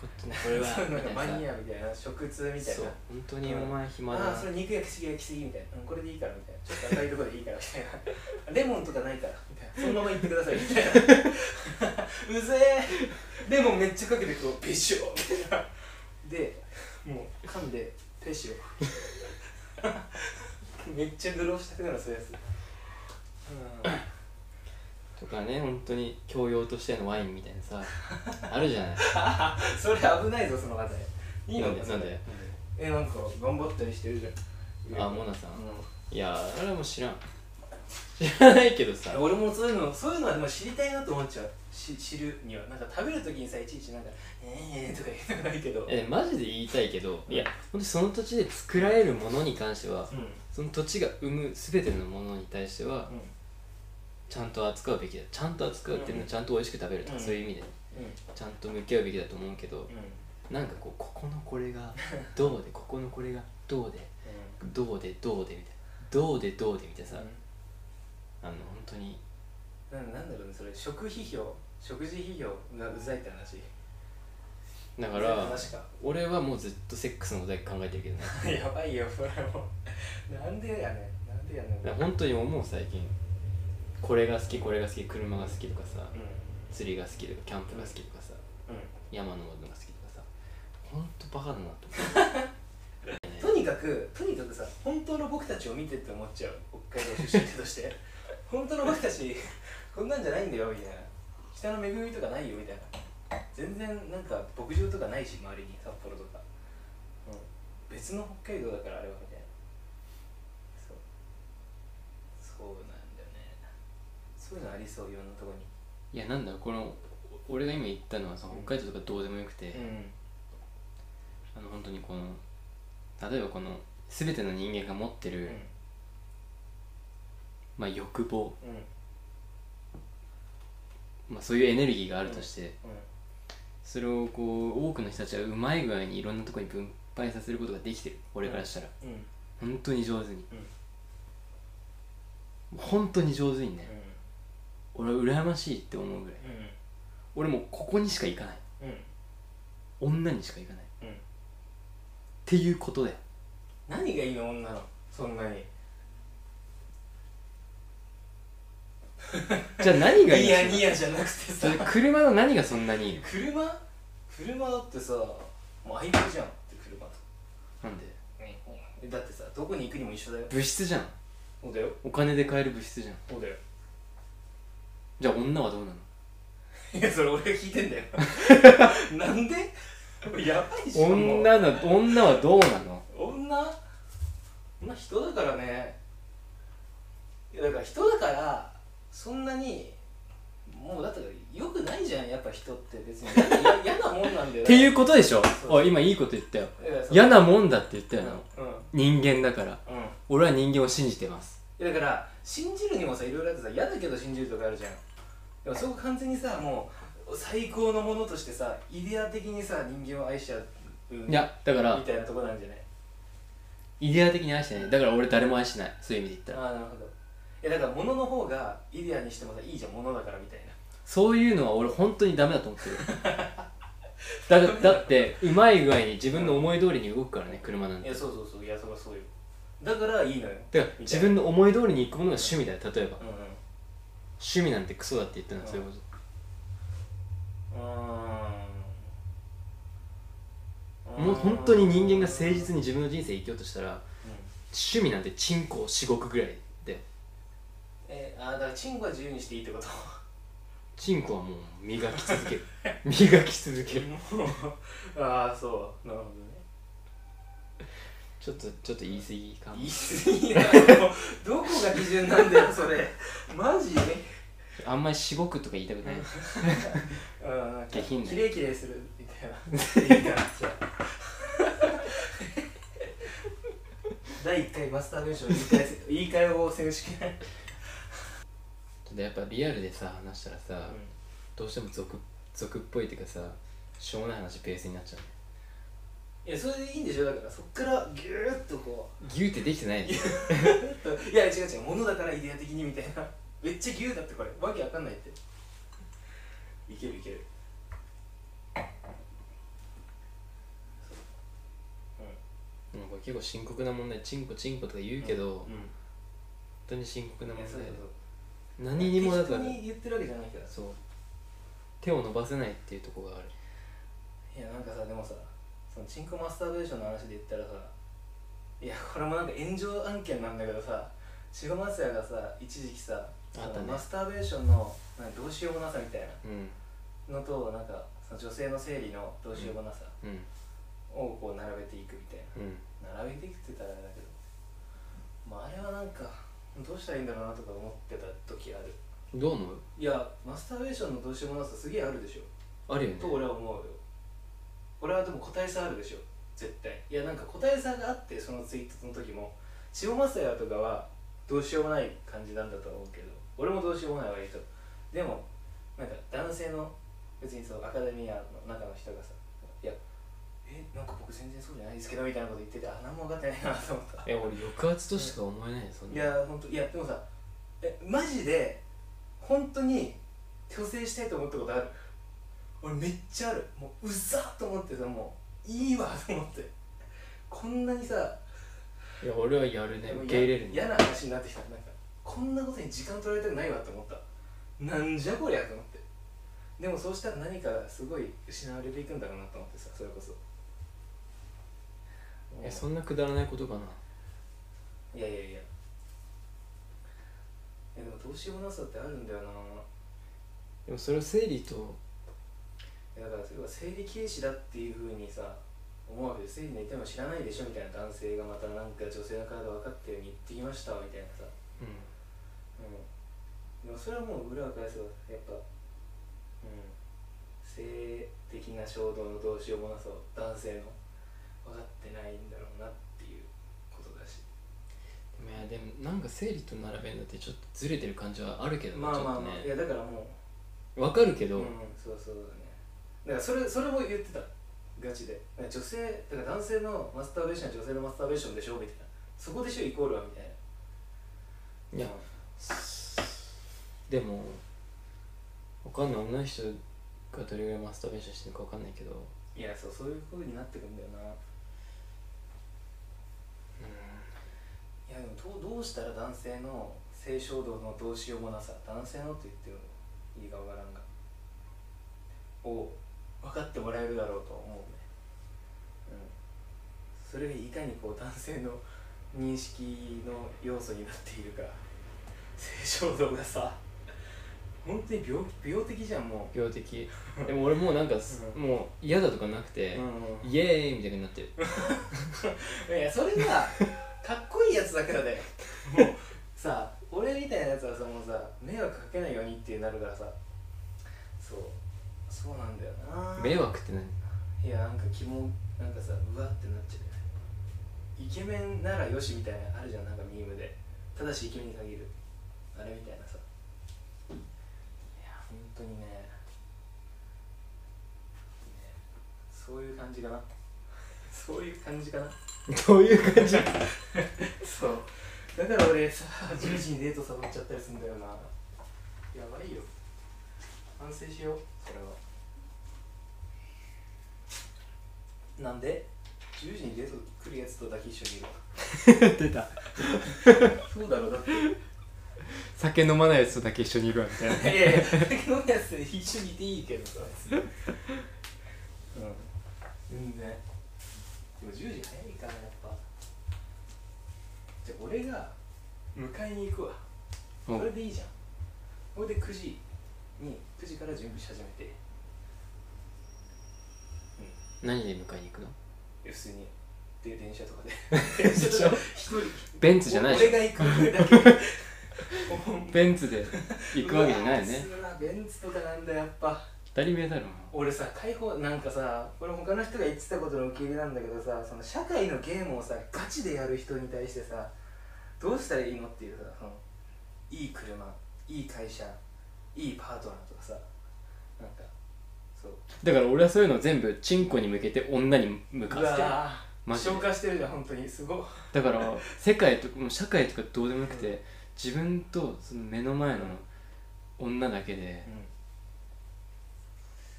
A: こっちのこれ
B: うん、
A: は
B: そうなんか
A: み
B: マ
A: たいな
B: ニ
A: さ
B: アみたいな食通みたい
A: そう
B: な
A: 本当にお前暇だな、
B: ああそれ肉焼きすぎ焼きすぎみたいな、うん、これでいいからみたいなちょっと赤いところでいいからみたいな レモンとかないからみたいなそのまま言ってくださいみたいな うぜえレモンめっちゃかけてこうペショーみたいなでもう噛んでペショー めっちゃグローしたくなるそういうやつう
A: とかね本当に教養としてのワインみたい なさあるじゃない
B: んそれ危ないぞその方いいの
A: なんでなんで
B: えなんか頑張ったりしてるじゃん
A: あモナさん
B: うん
A: いやあれはもう知らん知らないけどさ
B: 俺もそういうのそういうのはでも知りたいなと思っちゃうし知るにはなんか食べるときにさいちいちなんか「ええー」とか言いたくないけど
A: えマジで言いたいけど
B: うん
A: いや本当にその土地で作られるものに関しては
B: うんうん
A: その土地が生む全てのものに対してはちゃんと扱うべきだちゃんと扱うっていうのはちゃんと美味しく食べるとか
B: うん
A: そういう意味で
B: うん
A: ちゃんと向き合うべきだと思うけど
B: うんうん
A: なんかこうここのこれがどうでここのこれがどうでどうでどうでみたいなどうでどうでみたいなさあの本当に
B: うんななんだろうねそれ食批評食事批評がうざいって話
A: だか
B: うざい
A: ら
B: 話か
A: 俺はもうずっとセックスのことだけ考えてるけどね
B: やばいよそれもなんでやねんなんでやねん
A: だから本当に思う最近これが好きこれが好き車が好きとかさ
B: うん
A: 釣りが好きとかキャンプが好きとかさ
B: う
A: 山登るのが好きとかさ本当バカだなと思
B: ん とにかくとにかくさ本当の僕たちを見てって思っちゃう北海道出身者として 本当の僕たちこんなんじゃないんだよみたいな北の恵みとかないよみたいな全然なんか牧場とかないし周りに札幌とか、うん、別の北海道だからあれはみたいなそうそうなんだよねそういうのありそういろんなとこに
A: ういやなんだろうこのお俺が今言ったのはさ
B: うん
A: 北海道とかどうでもよくて、
B: ん
A: あの本当にこの例えばこの全ての人間が持ってる、まあ、欲望、
B: うんうん
A: まあ、そういうエネルギーがあるとして、
B: うん
A: それをこう多くの人たちはうまい具合にいろんなとこに分配させることができてる俺からしたら、
B: うんうん
A: 本当に上手に本当に上手にね、俺は羨ましいって思うぐらい俺もうここにしか行かない
B: うんうん
A: 女にしか行かないっ
B: うん
A: ていうことだよ
B: 何がいいの女のそんなに
A: じゃあ何
B: ニ
A: がいい
B: ヤニヤじゃなくて
A: そ
B: さ
A: れ車の何がそんなにいいの
B: 車車だってさもう相棒じゃんって車と
A: なんで
B: だってさどこに行くにも一緒だよ
A: 物質じゃん
B: そうだよ
A: お金で買える物質じゃん
B: そうだよ
A: じゃあ女はどうなの
B: いやそれ俺が聞い てんだよなんでやばいっしょもう
A: 女の女はどうなの
B: 女女人だからねいやだから人だからそんなにもうだってよくないじゃんやっぱ人って別にやや嫌なもんなんだよ
A: っていうことでしょ
B: そう
A: おい今いいこと言ったよ嫌
B: 嫌
A: なもんだって言ったよな、
B: うんうん
A: 人間だから俺は人間を信じてます
B: いやだから信じるにもさいろいろあってさ嫌だけど信じるとかあるじゃんでもそこ完全にさもう最高のものとしてさイデア的にさ人間を愛しちゃうい
A: いやだから
B: みたいなとこなんじゃない
A: イデア的に愛してないだから俺誰も愛してないそういう意味で言ったら
B: ああなるほどいやだから物の方がイデアにしてもさいいじゃん物だからみたいな
A: そういうのは俺本当にダメだと思 ってるだだってうまい具合に自分の思い通りに動くからね車なん
B: い
A: て
B: やそうそうそういやそりゃそうよだからいいのよ
A: だから自分の思い通りに行くものが趣味だよ例えば
B: うんうん
A: 趣味なんてクソだって言ったのはそういうこ
B: う
A: と
B: ーん
A: もう本当に人間が誠実に自分の人生生きようとしたら
B: うん
A: 趣味なんてチンコをしごくぐらいで
B: えあーだからチンコは自由にしていいって こと
A: チンコはもう磨き続け る磨き続ける
B: もうああそうなるほどね
A: ちょっとちょっと言い過ぎかも
B: 言い過ぎだよどこが基準なんだよそれマジ
A: あんまりしごくとか言いたくない
B: あーなんか
A: 下品ね
B: キレイキレイするみたいないいなじゃあ第1回マスターベーション言い換え言い換えを選手権
A: でやっぱリアルでさ話したらさ、どうしても俗俗っぽいっていうかさしょうもない話ベースになっちゃうね
B: いやそれでいいんでしょだからそっからギューッとこ
A: ギューってできてないよね
B: ういや違う違うものだからイデア的にみたいなめっちゃギューだってこれわけわかんないっていけるいける
A: でもこれ結構深刻な問題チンコチンコとか言うけど、
B: うん
A: 本当に深刻な問
B: いや
A: 題
B: そう
A: だ
B: だ
A: よ
B: けど
A: 何にもだか
B: 適
A: ら
B: 当に言ってるわけじゃないから
A: そう手を伸ばせないっていうとこがある
B: いやなんかさでもさそのチンコマスターベーションの話で言ったらさいやこれもなんか炎上案件なんだけどさ千葉松也がさ一時期さその
A: あったね
B: マスターベーションのなんかどうしようもなさみたい
A: うん
B: なのとなんかその女性の生理のどうしようもなさ
A: うん
B: をこう並べていくみたい
A: うん
B: な並べていくって言ったらあれだけど、まあ、あれはなんかどうしたらいいんだろうなとか思ってた時ある
A: どう思う
B: いやマスターベーションのどうしようもなさすげえあるでしょ
A: あるよね
B: と俺は思うよ俺はでも個体差あるでしょ絶対いやなんか個体差があってそのツイートの時も千代正也とかはどうしようもない感じなんだとは思うけど俺もどうしようもない割とでもなんか男性の別にそのアカデミアの中の人がさ「いやえなんか僕全然そうじゃないですけど」みたいなこと言っててあ何も分かってないなと思った
A: え俺抑圧としか思えないよそん
B: い
A: な
B: や本当いやでもさえマジで本当に虚勢したいと思ったことある俺めっちゃあるもううざっと思ってさもういいわと思ってこんなにさ
A: いや俺はやるね
B: でも
A: 受け入れるね
B: 嫌な話になってきたなんかこんなことに時間取られたくないわと思ったなんじゃこりゃと思ってでもそうしたら何かすごい失われていくんだろうなと思ってさそれこそ
A: えそんなくだらないことかない
B: やいやいやえでもどうしようもなさってあるんだよな
A: でもそれを生理と
B: いやだからそれは生理軽視だっていうふうにさ思うわけで生理の痛みを知らないでしょみたいな男性がまたなんか女性の体分かったように言ってきましたみたいなさ、
A: うん
B: うん、でもそれはもう裏を返せばやっぱ、うん、性的な衝動のどうしようもなさを男性の分かってないんだろうなっていうことだし
A: いやでもなんか生理と並べるのってちょっとずれてる感じはあるけどね
B: まあまあまあ、い
A: ちょっ
B: やだからもう
A: とねわかるけど、
B: うん、そうそうだねだからそれそれも言ってたガチでだから女性だから男性のマスターベーションは女性のマスターベーションでしょみたいなそこでしょイコールはみたいない
A: いやでもわかんない女の人がどれぐらいマスターベーションしてるかわかんないけど
B: いやそうそういうことになってくんだよない
A: うん
B: やでもどうどうしたら男性の性衝動のどうしようもなさ男性のって言ってるのいいかわからんがを分かってもらえるだろうと思うねうんそれがいかにこう男性の認識の要素になっているから性衝動がさ本当に病気病的じゃんも
A: 病的でも俺もうなんかす、
B: う
A: もう嫌だとかなく
B: う、
A: て、
B: ん、
A: イエーイみたいになってる
B: いやそれ はかっこいいやつだからだよもうさ俺みたいなやつはさもうさ迷惑かけないようにってなるからさそうそうなんだよな
A: 迷惑って何
B: い やなんか気もなんかさうわってなっちゃうイケメンならよしみたいなあるじゃんなんかミームでただしイケメンに限るあれみたいなさいや本当にねねそういう感じかな そういう感じかな
A: どういう感じ
B: そうだから俺さ10時にデート誘っちゃったりするんだよなやばいよ反省しようそれはなんで10時にデート来るやつとだけ一緒 にいるわ
A: 出た
B: そうだろう だって
A: 酒飲まないやつとだけ一緒にいるわみたいな い
B: やいや酒飲むやつと一緒にいていいけどさ別にうん全然でも10時早いからやっぱじゃあ俺が迎えに行くわ
A: も
B: そうれでいいじゃんこれで9時に9時から準備し始めて
A: 何で迎えに行くの
B: 普通にで電車とかで電車とか一人
A: ベンツじゃないで
B: 俺
A: しょ
B: が行く俺だけ
A: ベンツで 行くわけじゃないよね
B: うわーベンツとかなんだやっぱ
A: 当たり前だろも
B: 俺さ解放なんかさこれ他の人が言ってたことの受け入れなんだけどさその社会のゲームをさガチでやる人に対してさどうしたらいいのっていうさそのいい車いい会社いいパートナーとかさなんかそう
A: うだから俺はそういうの全部チンコに向けて女に向か
B: う
A: ってる
B: わー
A: マジで
B: 消化してるじゃん本当にすごい
A: だから世界とかもう社会とかどうでもよくて、自分とその目の前の女だけで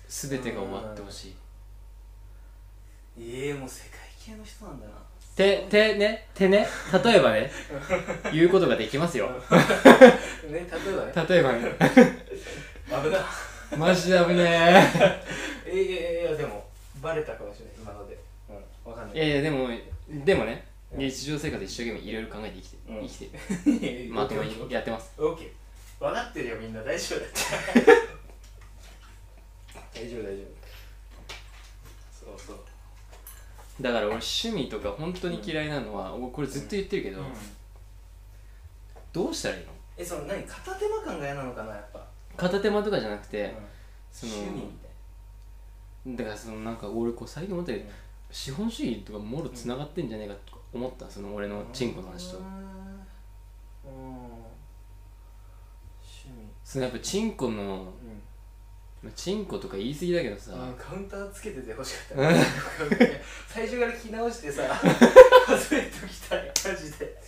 A: 全てが終わってほしい、
B: ええもう世界系の人なんだな
A: ててねてね例えば ね言うことができますよ
B: ね例えばね
A: 例えば ね
B: 危な
A: マジで危ね
B: えいやいやいやでもバレたかもしれない今のでうんわかんな
A: え
B: い
A: いやいやでもでもね日常生活で一生懸命いろいろ考えて生きて、
B: うん
A: 生きて
B: いや
A: まともにやってます
B: オッケー分かってるよみんな大丈夫だって 大丈夫大丈夫そうそう
A: だから俺趣味とか本当に嫌いなのは、俺これずっと言ってるけど、どうしたらいいの
B: えその何片手間感が嫌なのかなやっぱ
A: 片手間とかじゃなくて、
B: うん
A: その
B: 趣味みたい
A: だからそのなんか俺こう最近思ったけど
B: な
A: 資本主義とかもろつながってんじゃねえかとか思ったその俺のチンコの話と
B: うーん趣味
A: そのやっぱチンコの
B: うん
A: まあチンコとか言い過ぎだけどさ
B: あカウンターつけてて欲しか
A: う
B: っ
A: ん
B: た 最初から聞き直 してさ数えときたいマジで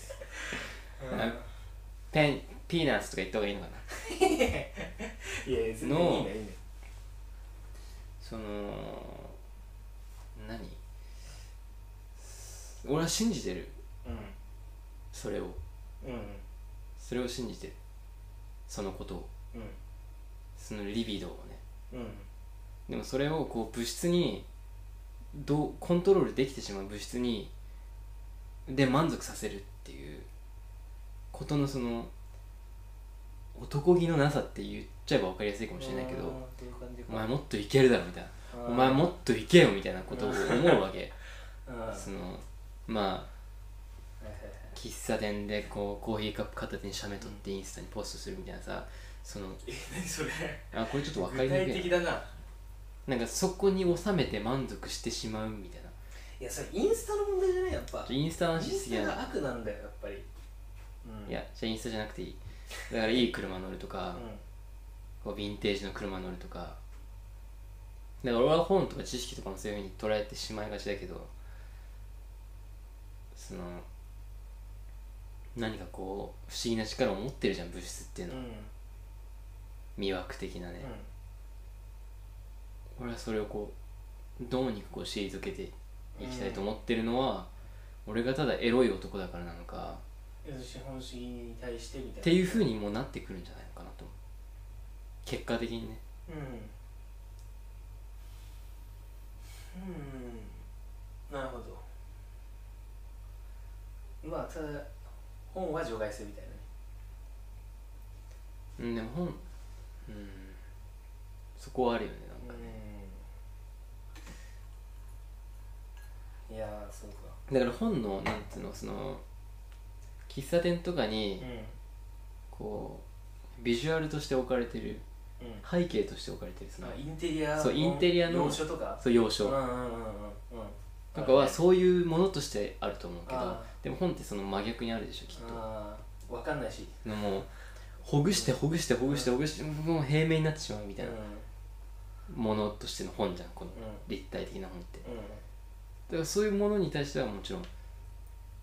A: ペンピーナッツとか言った方がいいのかない
B: やいや全然
A: の
B: いいねいいね
A: その何俺は信じてるそれを
B: うんうん
A: それを信じてるそのことを
B: う
A: そのリビドーをね
B: んうん
A: でもそれをこう物質にどうコントロールできてしまう物質にで満足させるっていうことのその男気のなさって言っちゃえば分かりやすいかもしれないけど
B: あーそういう感じか
A: お前もっといけるだろみたいな
B: あー
A: お前もっといけよみたいなことを思うわけ
B: うんはいはい
A: そのまあ
B: はい
A: 喫茶店でこうコーヒーカップ片手に写メ撮ってインスタにポストするみたいなさその
B: え何それ
A: あこれちょっと分か
B: 具
A: りに
B: 体
A: くい
B: 的だな
A: ななんかそこに収めて満足してしまうみたいない
B: やそれインスタの問題じゃないやっぱイン
A: インスタの話しす
B: ス
A: ぎ
B: タ
A: なの
B: が悪なんだよやっぱりうん
A: いやじゃあインスタじゃなくていいだからいい車乗ると
B: う
A: か
B: ん、
A: こうヴィンテージの車乗るとかだから俺は本とか知識とかもそういうふうに捉えてしまいがちだけどその何かこう不思議な力を持ってるじゃん物質っていう
B: う
A: のは、
B: ん
A: 魅惑的なね、俺はそれをこうどうにかこう退けていきたいと思ってるのは、俺がただエロい男だからなのか
B: うん資本主義に対してみたいな
A: っていうふうにもうなってくるんじゃないのかなと思う結果的にね
B: うんうんなるほどまあただ本は除外するみたいなね
A: うんでも本うんそこはあるよねなんか
B: うんいやーそうか
A: だから本のなんつうのその喫茶店とか
B: うん
A: にこうビジュアルとして置かれてる
B: うん
A: 背景として置かれてるその
B: あインテリア
A: そうインテリアの
B: 要所とか
A: そう
B: う
A: 要
B: んうん
A: 所
B: うんうんうん
A: とかはそういうものとしてあると思うけど
B: あ
A: でも本ってその真逆にあるでしょきっ
B: あーわかんないし
A: ともうほぐしてほぐしてほぐしてほぐしてもう平面になってしまうみたいな
B: うん
A: ものとしての本じゃんこの
B: う
A: 立体的な本って
B: んうん
A: だからそういうものに対してはもちろん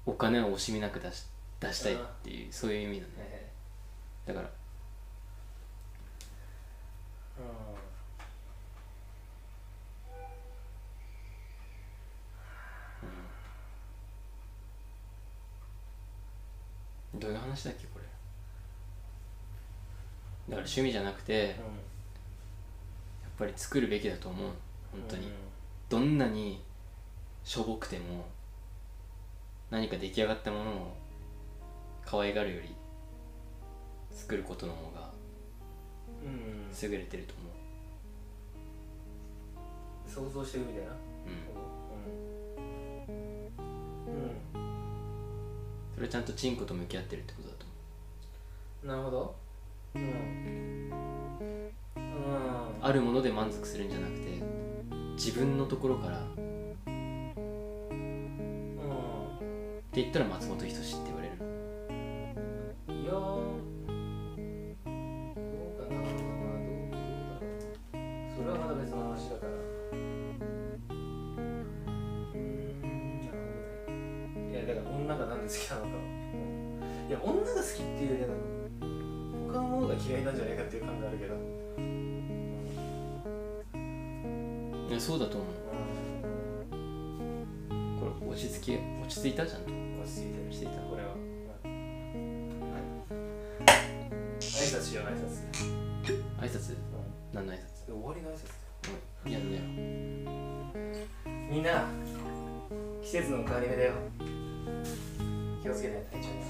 A: お金を惜しみなく出し出したいっていうそういう意味なんだ
B: はい
A: ね
B: はい
A: だから
B: う
A: どういう話だっけこれだから趣味じゃなくてや
B: ん
A: っ
B: うん
A: ぱり作るべきだと思う本当に、
B: うん
A: どんなにしょぼくても何か出来上がったものを可愛がるより作ることの方が
B: うん
A: 優れてると思
B: 想像してるみたいな
A: う、う
B: う
A: ん、
B: ん、
A: それはちゃんとチンコと向き合ってるってことだと思
B: うん、なるほどうんうん
A: うあるもので満足するんじゃなくて自分のところからっ
B: う
A: て言ったら松本人志って言われる
B: んいやーどうかなどうだろうそれはまた別の話だからうんなるほどねいやだから女がなんで好きなのかいや女が好きっていうよりはなんか他のものが嫌いなんじゃないかっていう感があるけど
A: いやそうだと思う
B: う
A: これ落ち着き落ち着いたちゃんと
B: ん落ち着いてる
A: していた
B: これは、はい、挨拶しよう挨拶
A: 挨拶何の挨拶
B: 終わりの挨拶
A: うんやんなよ
B: みんな季節の変わり目だよ気をつけて体調に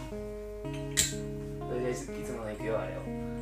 B: それでいつもの行くよあれを